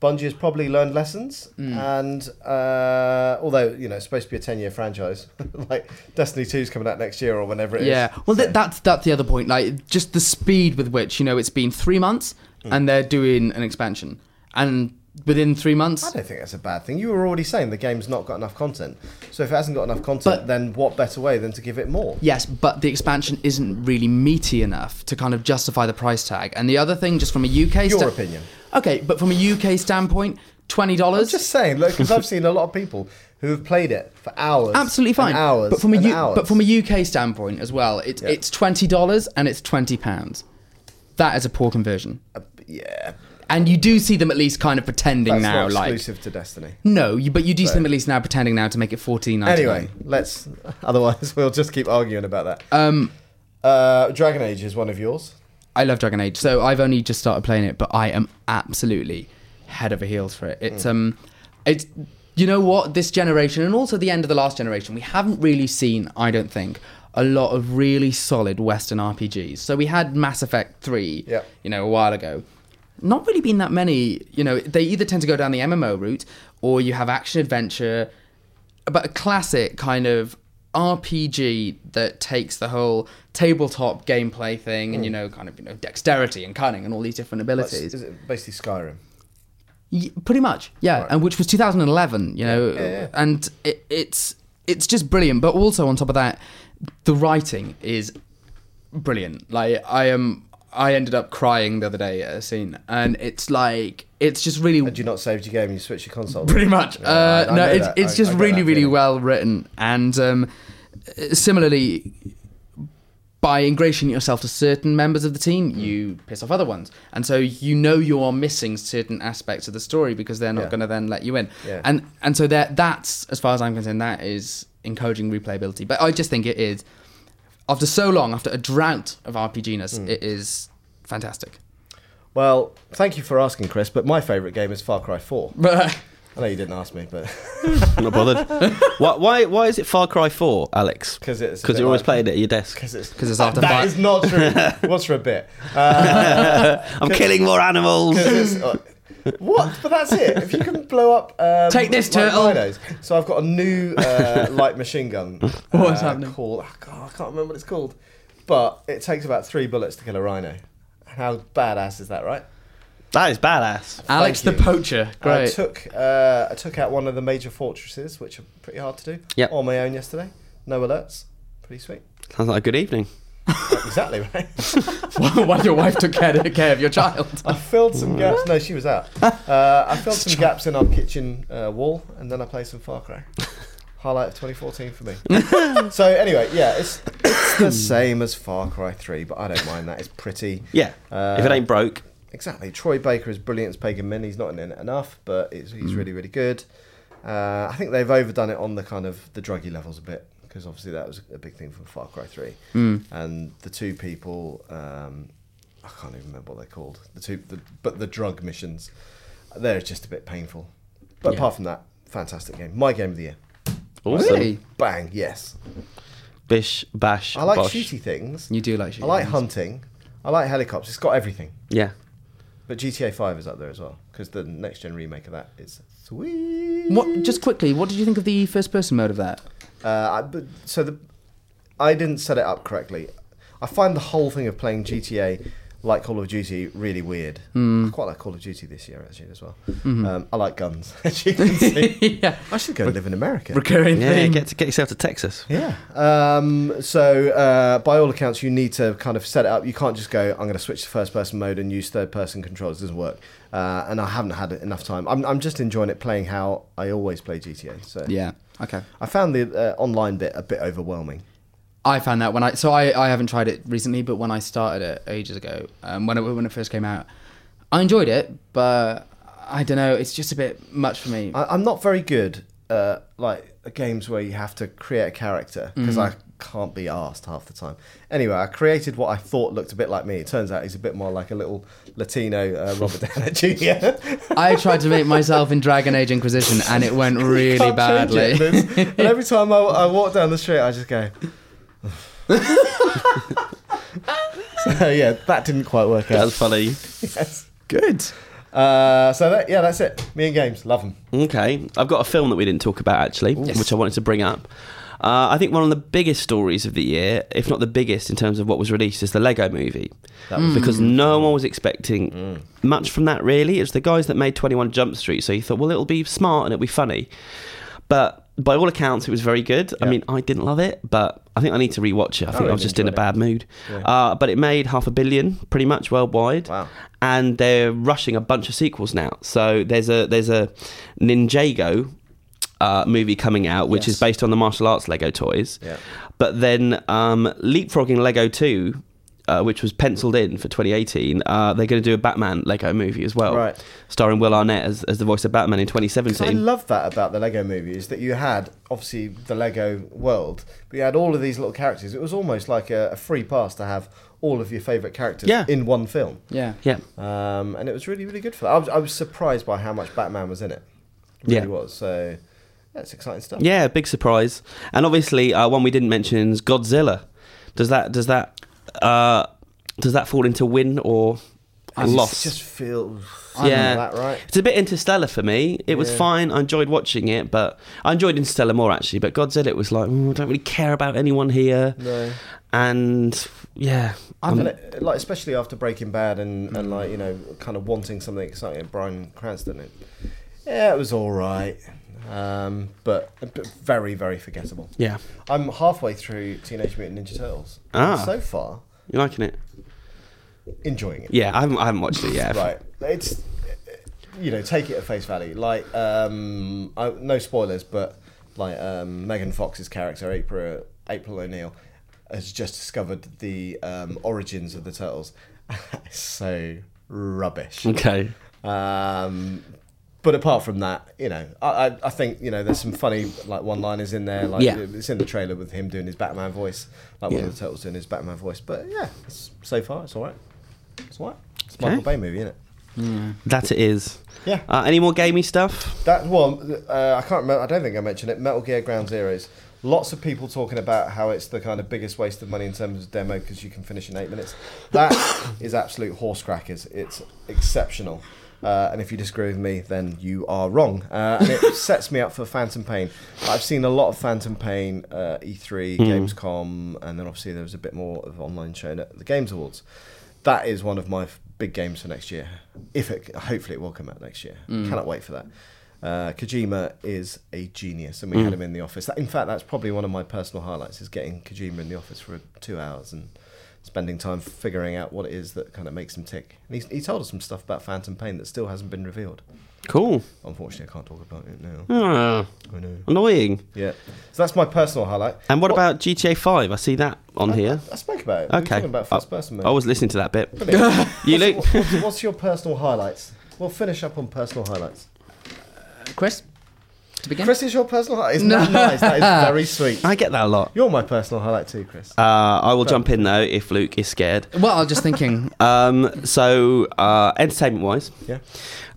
A: Bungie has probably learned lessons,
C: Mm.
A: and uh, although you know it's supposed to be a ten-year franchise, like Destiny Two is coming out next year or whenever it is.
C: yeah. Well, th- that's that's the other point. Like just the speed with which you know it's been three months,
A: Hmm.
C: and they're doing an expansion, and within three
A: I
C: months.
A: don't think that's a bad thing. You were already saying the game's not got enough content, so if it hasn't got enough content,
C: But-
A: then what better way than to give it more?
C: Yes, but the expansion isn't really meaty enough to kind of justify the price tag. And the other thing, just from a UK
A: Your
C: sta-
A: opinion.
C: Okay, but from a UK standpoint, twenty
A: I'm
C: dollars.
A: just saying, look, because I've seen a lot of people who have played it for hours,
C: absolutely fine.
A: and hours,
C: but from a
A: and
C: U-
A: hours.
C: but from a UK standpoint as well, it's
A: Yeah.
C: it's twenty dollars and it's twenty pounds. That is a poor conversion,
A: Uh, yeah,
C: and you do see them at least kind of pretending
A: that's
C: now,
A: not
C: like
A: exclusive to Destiny.
C: no, you, but you do see
A: Right.
C: them at least now pretending now to make it fourteen ninety nine.
A: Anyway, let's. Otherwise, we'll just keep arguing about that.
C: um,
A: Uh, Dragon Age is one of yours.
C: I love Dragon Age, so I've only just started playing it, but I am absolutely head over heels for it. It's um, it's you know what this generation and also the end of the last generation, we haven't really seen, I don't think, a lot of really solid Western RPGs. So we had Mass Effect three,
A: Yep.
C: you know, a while ago. Not really been that many. You know, they either tend to go down the MMO route or you have action adventure, but a classic kind of RPG that takes the whole tabletop gameplay thing and you know kind of you know dexterity and cunning and all these different
A: That's-
C: abilities.
A: Hmm. Is it basically Skyrim?
C: Y- pretty much, yeah. And which was 2011, you know,
A: Yeah, yeah.
C: and it, it's it's just brilliant. But also on top of that, the writing is brilliant. Like I am, I ended up crying the other day at a scene, and it's like it's just really
A: Had you not saved your game and you switched your console?
C: pretty much.
A: Yeah,
C: uh,
A: I- I
C: no,
A: know
C: it's
A: that.
C: it's
A: I-
C: just
A: I get
C: really
A: that
C: really
A: feeling.
C: well written, and um, similarly. By ingratiating yourself to certain members of the team,
A: Hmm.
C: you piss off other ones, and so you know you are missing certain aspects of the story because they're not
A: Yeah.
C: going to then let you in.
A: Yeah.
C: And and so that that's as far as I'm concerned, that is encouraging replayability. But I just think it is after so long, after a drought of RPGness,
A: Hmm.
C: it is fantastic.
A: Well, thank you for asking, Chris. But my favourite game is Far Cry 4.
C: But
A: I know you didn't ask me, but
B: I'm not bothered. why, why? Why is it Far Cry 4, Alex?
A: because it's a
B: Because
A: bit
B: you're always
A: like-
B: playing it at your desk.
A: Because it's
C: 'Cause it's after
A: That
C: five.
A: is not true. What's for a bit? Uh,
B: I'm killing more animals.
A: 'cause it's- uh, what? But that's it. If you can blow up. Um,
C: Take this,
A: like
C: turtle.
A: rhinos. So I've got a new uh, light machine gun.
C: What is
A: uh,
C: happening?
A: Called, oh, God, I can't remember what it's called. But it takes about three bullets to kill a rhino. How badass is that, right?
B: that is badass.
C: Alex the
A: you.
C: poacher,
A: I
C: great.
A: took uh, I took out one of the major fortresses, which are pretty hard to do.
B: Yep.
A: On my own yesterday. No alerts. Pretty sweet.
B: Sounds like a good evening.
A: exactly right.
C: while your wife took care, care of your child.
A: I filled some gaps. No, she was out. Uh, I filled some gaps in our kitchen uh, wall, and then I played some Far Cry. Highlight of 2014 for me. so anyway, yeah, it's, it's the same as Far Cry 3, but I don't mind that. It's pretty.
B: Yeah.
A: Uh,
B: if it ain't broke,
A: Exactly. Troy Baker is brilliant as Pagan Min. He's not in it enough, but it's, he's really, really good. Uh, I think they've overdone it on the kind of the druggy levels a bit because obviously that was a big thing from Far Cry Three. And the two people, um, I can't even remember what they're called. The two, the, but the drug missions, they're just a bit painful. But apart from that, fantastic game. My game of the year.
B: awesome.
C: Really?
A: Bang. Yes.
B: Bish, bash,
A: I like
B: bosh.
A: shooty things.
C: You do like shooting.
A: I like
C: games.
A: hunting. I like helicopters. It's got everything.
B: Yeah.
A: But GTA 5 is up there as well because the next gen remake of that is sweet.
C: What? Just quickly, what did you think of the first person mode of that?
A: Uh, I, but, so the I didn't set it up correctly. I find the whole thing of playing GTA like Call of Duty really weird. I quite like Call of Duty this year actually as well. Um, I like guns. As you can see,
C: yeah,
A: I should go live in America.
C: recurring
B: Yeah,
C: thing.
B: get to get yourself to Texas.
A: Yeah. Um, so, uh, by all accounts, you need to kind of set it up. You can't just go, I'm going to switch to first person mode and use third person controls. It doesn't work. Uh, and I haven't had enough time. I'm, I'm just enjoying it playing how I always play GTA. So,
C: yeah. Okay.
A: I found the uh, online bit a bit overwhelming.
C: I found that when I so I, I haven't tried it recently, but when I started it ages ago, um, when it when it first came out, I enjoyed it, but I don't know, it's just a bit much for me.
A: I, I'm not very good uh, like at games where you have to create a character because I can't be asked half the time. Anyway, I created what I thought looked a bit like me. It turns out he's a bit more like a little Latino uh, Robert Downey Jr.
C: I tried to make myself in Dragon Age Inquisition, and it went really
A: can't
C: badly.
A: change it. There's- and every time I, I walk down the street, I just go. so yeah, that didn't quite work
B: That was
A: out.
B: funny.
A: Yes.
B: Good.
A: Uh, so that yeah, that's it. Me and games, love them.
B: Okay, I've got a film that we didn't talk about actually, which I wanted to bring up. Uh, I think one of the biggest stories of the year, if not the biggest in terms of what was released, is the Lego Movie,
A: That was- Mm.
B: because no one was expecting much from that. Really, it's the guys that made Twenty One Jump Street, so you thought, well, it'll be smart and it'll be funny. But by all accounts, it was very good. I
A: Yeah.
B: mean, I didn't love it, but I think I need to rewatch it. I think
A: really
B: I was just in a
A: enjoyed it.
B: bad mood.
A: Yeah.
B: Uh, but it made half a billion, pretty much worldwide
A: Wow.
B: and they're rushing a bunch of sequels now. So there's a there's a Ninjago uh, movie coming out, which
C: Yes.
B: is based on the martial arts Lego toys.
A: Yeah.
B: But then um, leapfrogging Lego Two. Uh, which was penciled in for 2018. Uh, they're going to do a Batman Lego movie as well,
A: Right.
B: starring Will Arnett as, as the voice of Batman in
A: 'Cause I
B: 2017.
A: love that about the Lego movie is that you had obviously the Lego world, but you had all of these little characters. It was almost like a, a free pass to have all of your favourite characters
B: Yeah.
A: in one film.
C: Yeah.
B: yeah,
A: Um, and it was really, really good for that. I was, I was surprised by how much Batman was in it. It really
B: Yeah.
A: was. So that's exciting stuff.
B: yeah, big surprise. And obviously, uh, one we didn't mention is Godzilla. Does that does that uh, does that fall into win or
A: I
B: I'm
A: just-
B: lost.
A: Just feel
B: Yeah.
A: yeah. that right.
B: It's a bit Interstellar for me. It was
A: Yeah.
B: fine. I enjoyed watching it, but I enjoyed Interstellar more actually. But Godzilla was like, "Mm, I don't really care about anyone here,
A: No.
B: and yeah,
A: And it- like especially after Breaking Bad and,
B: Mm.
A: and like you know kind of wanting something exciting. Brian Cranston, it, yeah, it was all right, um, but, but very very forgettable.
B: yeah,
A: I'm halfway through Teenage Mutant Ninja Turtles.
B: Ah.
A: So far,
B: you liking it?
A: enjoying it.
B: Yeah, I haven't, I haven't watched it yet.
A: Right. It's you know take it at face value. Like um, I, no spoilers, but like um, Megan Fox's character April April O'Neil has just discovered the um, origins of the turtles. It's so rubbish.
B: Okay.
A: Um, but apart from that, you know, I, I, I think you know there's some funny like one-liners in there. Like
B: Yeah.
A: it's in the trailer with him doing his Batman voice, like one
B: Yeah.
A: of the turtles doing his Batman voice. But yeah, it's, so far it's all right. It's all right. It's a
B: Okay.
A: Michael Bay movie, isn't it?
B: That it is.
A: Yeah.
B: Uh, any more gamey stuff?
A: That one, uh, I can't remember. I don't think I mentioned it. Metal Gear Ground Zeroes. Lots of people talking about how it's the kind of biggest waste of money in terms of demo because you can finish in eight minutes. That is absolute horse crackers. It's exceptional. Uh, and if you disagree with me, then you are wrong. Uh, and it sets me up for Phantom Pain. I've seen a lot of Phantom Pain, uh, E3, Gamescom, and then obviously there was a bit more of online shown at the Games Awards. That is one of my f- big games for next year. If it, hopefully it will come out next year. Cannot wait for that. Uh, Kojima is a genius, and we
B: Mm.
A: had him in the office. That- In fact, that's probably one of my personal highlights: is getting Kojima in the office for two hours and spending time figuring out what it is that kind of makes him tick. And he's, he told us some stuff about Phantom Pain that still hasn't been revealed.
B: Cool.
A: Unfortunately, I can't talk about it now.
B: Ah,
A: I know.
B: annoying.
A: Yeah. So that's my personal highlight.
B: And what, about GTA 5? I see that on here.
A: I spoke about it. We were
B: Okay.
A: talking about
B: I-
A: first person.
B: I was listening to that bit.
A: Brilliant.
B: You
A: What's-
B: look.
A: What's, what's your personal highlights? We'll finish up on personal highlights.
C: Chris, to begin.
A: Chris is your personal highlight. Isn't that nice? That is very sweet.
B: I get that a lot.
A: You're my personal highlight too, Chris.
B: Uh, I will jump in though if Luke is scared.
C: Well, I was just thinking.
B: Um, so, uh, entertainment wise,
A: Yeah.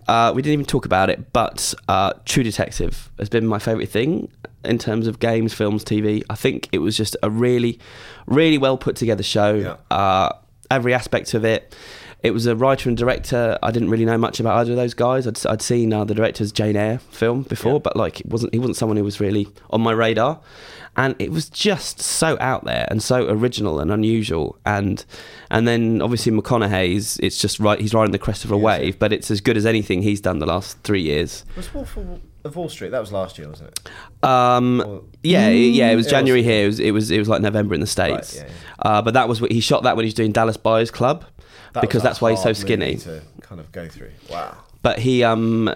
B: uh, we didn't even talk about it, but uh, True Detective has been my favourite thing in terms of games, films, TV. I think it was just a really, really well put together show.
A: Yeah.
B: Uh, every aspect of it. It was a writer and director. I didn't really know much about either of those guys. I'd, I'd seen uh, the director's Jane Eyre film before,
A: Yeah.
B: but like it wasn't he wasn't someone who was really on my radar. And it was just so out there and so original and unusual. And and then obviously McConaughey's. It's just right. He's riding the crest of a
A: Yes.
B: wave, but it's as good as anything he's done the last three years.
A: Was Wolf of- of Wall Street? That was last year, wasn't it? Or-
B: Um, yeah, yeah, it was
A: mm, It
B: January
A: was-
B: here. It was, it was it was like November in the states.
A: yeah,
B: Uh, but that was what he shot that when he was doing Dallas Buyers Club
A: That
B: because
A: was a
B: that's why he's so
A: hard
B: skinny.
A: movie To kind of go through. Wow.
B: But he, um, uh,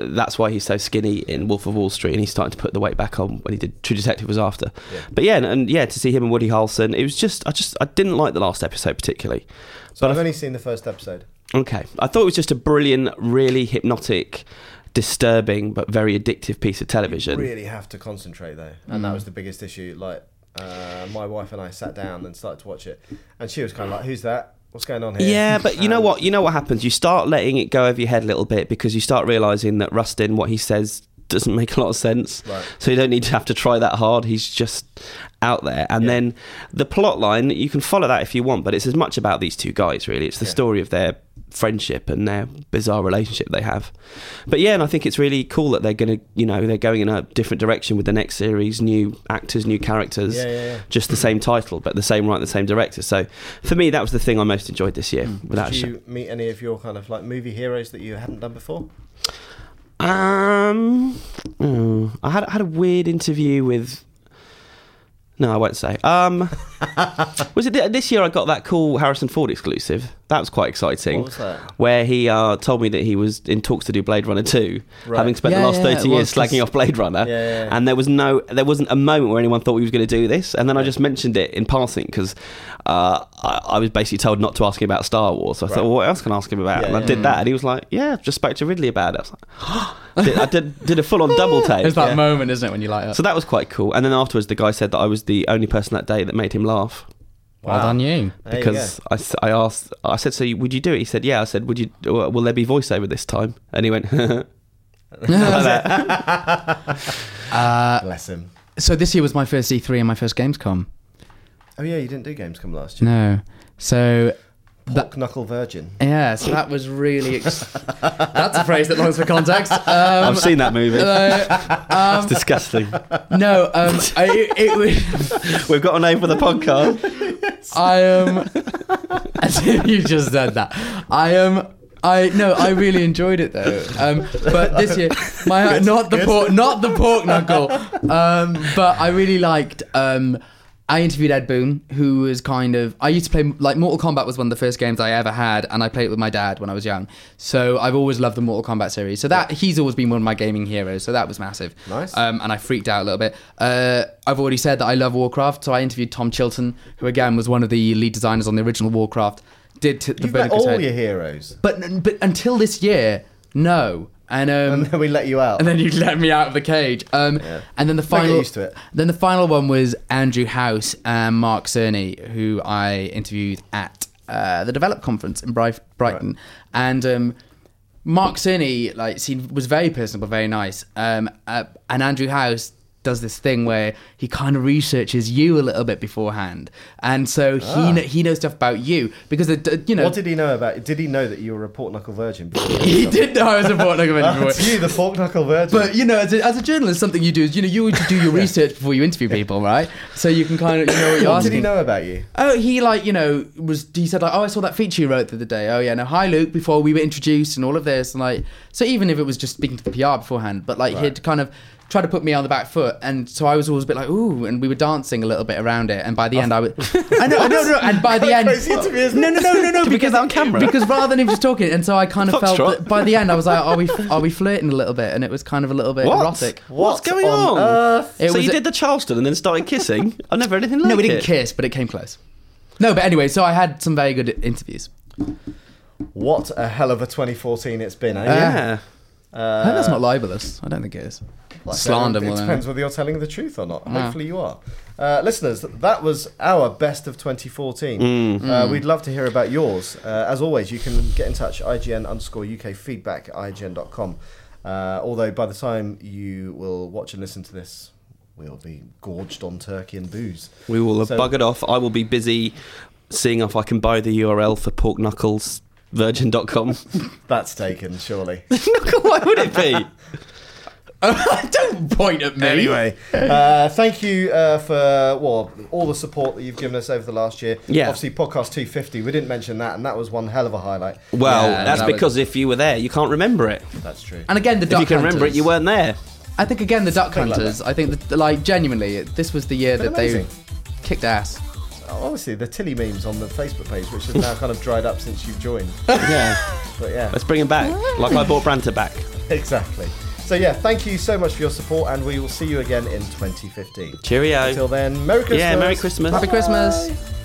B: that's why he's so skinny in Wolf of Wall Street, and he's starting to put the weight back on when he did True Detective was after.
A: Yeah.
B: But yeah, and, and yeah, to see him and Woody Harrelson, it was just I just I didn't like the last episode particularly.
A: So
B: but
A: I've
B: I-
A: only seen the first episode.
B: okay, I thought it was just a brilliant, really hypnotic, disturbing but very addictive piece of television.
A: Really have to concentrate though, and
B: Mm.
A: that was the biggest issue. Like uh, my wife and I sat down and started to watch it, and she was kind of like, "Who's that? What's going on here?" Um,
B: Yeah, but you know
A: And-
B: what? You know what happens? You start letting it go over your head a little bit because you start realizing that Rustin, what he says, doesn't make a lot of sense.
A: Right.
B: So you don't need to have to try that hard. He's just out there. And
A: Yeah.
B: then the plot line, you can follow that if you want, but it's as much about these two guys, really. It's the
A: Yeah.
B: story of their friendship and their bizarre relationship they have. But yeah, and I think it's really cool that they're going to, you know, they're going in a different direction with the next series, new actors, new characters
A: Yeah, yeah, yeah.
B: just the same title, but the same writer, the same director. So for me, that was the thing I most enjoyed this year. Without a
A: Mm. Did
B: sh-
A: you meet any of your kind of like movie heroes that you hadn't done before?
B: um, oh, I had I had a weird interview with. No, I won't say. Um, was it th- this year? I got that cool Harrison Ford exclusive. That was quite exciting.
A: What was that?
B: Where he uh, told me that he was in talks to do Blade Runner 2,
A: Right.
B: having spent the
C: Yeah,
B: last
C: yeah,
B: 30
C: it
B: years
C: was, 'cause-
B: slagging off Blade Runner.
A: Yeah, yeah, yeah.
B: And there was no, there wasn't a moment where anyone thought we was going to do this. And then I just mentioned it in passing because uh, I, I was basically told not to ask him about Star Wars. So I thought,
A: Right.
B: well, what else can I ask him about?
A: Yeah,
B: and I
A: yeah.
B: did that. And he was like, yeah, just spoke to Ridley about it. I was like, did, I did, did a full on double take.
C: It's that
A: Yeah.
C: moment, isn't it, when you light up?
B: so that was quite cool. And then afterwards, the guy said that I was the only person that day that made him laugh
C: well done, you.
A: There you go.
B: because I, s- I asked I said so you- would you do it he said yeah I said would you w- will there be voiceover this time and he went
A: bless
C: Uh,
A: him.
C: So this year was my first E3 and my first Gamescom.
A: Oh yeah, you didn't do Gamescom last year.
C: No. So
A: Pork knuckle virgin.
C: Yeah, so that was really. Ex- That's a phrase that longs for context. Um,
B: I've seen that movie.
C: uh,
B: It's disgusting.
C: no, um, I, it was.
B: We've got a name for the podcast.
C: I um, as if you just said that. I Um, I no, I really enjoyed it though. Um, but this year, my not the pork, not the pork knuckle. Um, but I really liked. Um, I interviewed Ed Boon, who was kind of. I used to play like Mortal Kombat was one of the first games I ever had, and I played it with my dad when I was young. So I've always loved the Mortal Kombat series. So that he's always been one of my gaming heroes. So that was massive.
A: Nice.
C: Um, um, and I freaked out a little bit. Uh, I've already said that I love Warcraft, so I interviewed Tom Chilton, who again was one of the lead designers on the original Warcraft. Did t- the
A: You've
C: Burning
A: met all
C: Crusade.
A: your heroes,
C: but but until this year, no. And um,
A: and then we let you out.
C: and then you let me out of the cage. Um, And then the
A: Don't get
C: final,
A: used to it.
C: then the final one was Andrew House and Mark Cerny, who I interviewed at uh, the Develop conference in Bri- Brighton, and. Um, Mark Cerny, like, seemed, was very personable, very nice. Um, uh, and Andrew House does this thing where he kind of researches you a little bit beforehand, and so he kn- he knows stuff about you because the, d- you know
A: Ah. what did he know about? Did he know that you were a pork knuckle virgin? before you
C: uh, he
A: were
C: did know I was a Fort
A: something?
C: Knuckle
A: That's you, the pork knuckle virgin.
C: But you know, as a, as a journalist, something you do is you know you always do your research before you interview people, right? So you can kind of you know what you're
A: what did
C: asking.
A: he know about you?
C: Oh, he like you know was he said like oh I saw that feature you wrote the other day. Oh yeah, no hi Luke before we were introduced and all of this and like so even if it was just speaking to the PR beforehand, but like he'd kind of try to put me on the back foot and so I was always a bit like ooh and we were dancing a little bit around it and by the end I was I know I know no, and by the end
A: Oh. Crazy interview, isn't
C: no
A: it?
C: no no no no
B: Did we get that on camera?
C: because rather than him just talking and so I kind of felt
B: Foxtrot.
C: that by the end I was like are we are we flirting a little bit and it was kind of a little bit
B: What?
C: erotic.
B: What's
A: What
B: going
A: on
B: on?
A: earth?
C: It
B: so
C: was
B: you
C: a-
B: did the Charleston and then started kissing. I've never heard anything like
C: No, we didn't
B: it.
C: kiss, but it came close. No, but anyway, so I had some very good interviews.
A: What a hell of a 2014 it's been, eh?
B: Yeah.
A: Uh,
C: I hope that's not libelous. I don't think it is.
A: Well, I don't
C: Slander
A: know, uh, It
C: more than
A: depends whether you're telling the truth or not. Hopefully you are. Uh, listeners, th- that was our best of 2014. Uh,
B: Mm.
A: We'd love to hear about yours. Uh, as always, you can get in touch, IGN underscore UK feedback, IGN.com. Uh, although by the time you will watch and listen to this, we'll be gorged on turkey and booze.
B: We will have
A: So-
B: buggered off. I will be busy seeing if I can buy the URL for pork knuckles. Virgin.com.
A: That's taken, surely.
B: Why would it be?
C: don't point at me.
A: Anyway, uh, thank you uh, for well all the support that you've given us over the last year.
B: Yeah.
A: Obviously, podcast 250. We didn't mention that, and that was one hell of a highlight.
B: Well,
C: Yeah,
B: that's
C: that was-
B: because if you were there, you can't remember it.
A: That's true.
C: And again, the
B: If
C: duck
B: you can remember it,
C: hunters.
B: you weren't there.
C: I think again, the duck
A: Something like
C: hunters. I think that, like genuinely, it- this was the year
A: Been
C: that
A: amazing.
C: they kicked ass.
A: Honestly, the Tilly memes on the Facebook page, which has now kind of dried up since you've joined.
B: Yeah.
A: But yeah,
B: Let's bring him back. Like I bought Branta back.
A: exactly. So yeah, thank you so much for your support, and we will see you again in 2015.
B: Cheerio.
A: Until then, Merry Christmas.
B: Yeah, Merry Christmas.
C: Happy Christmas.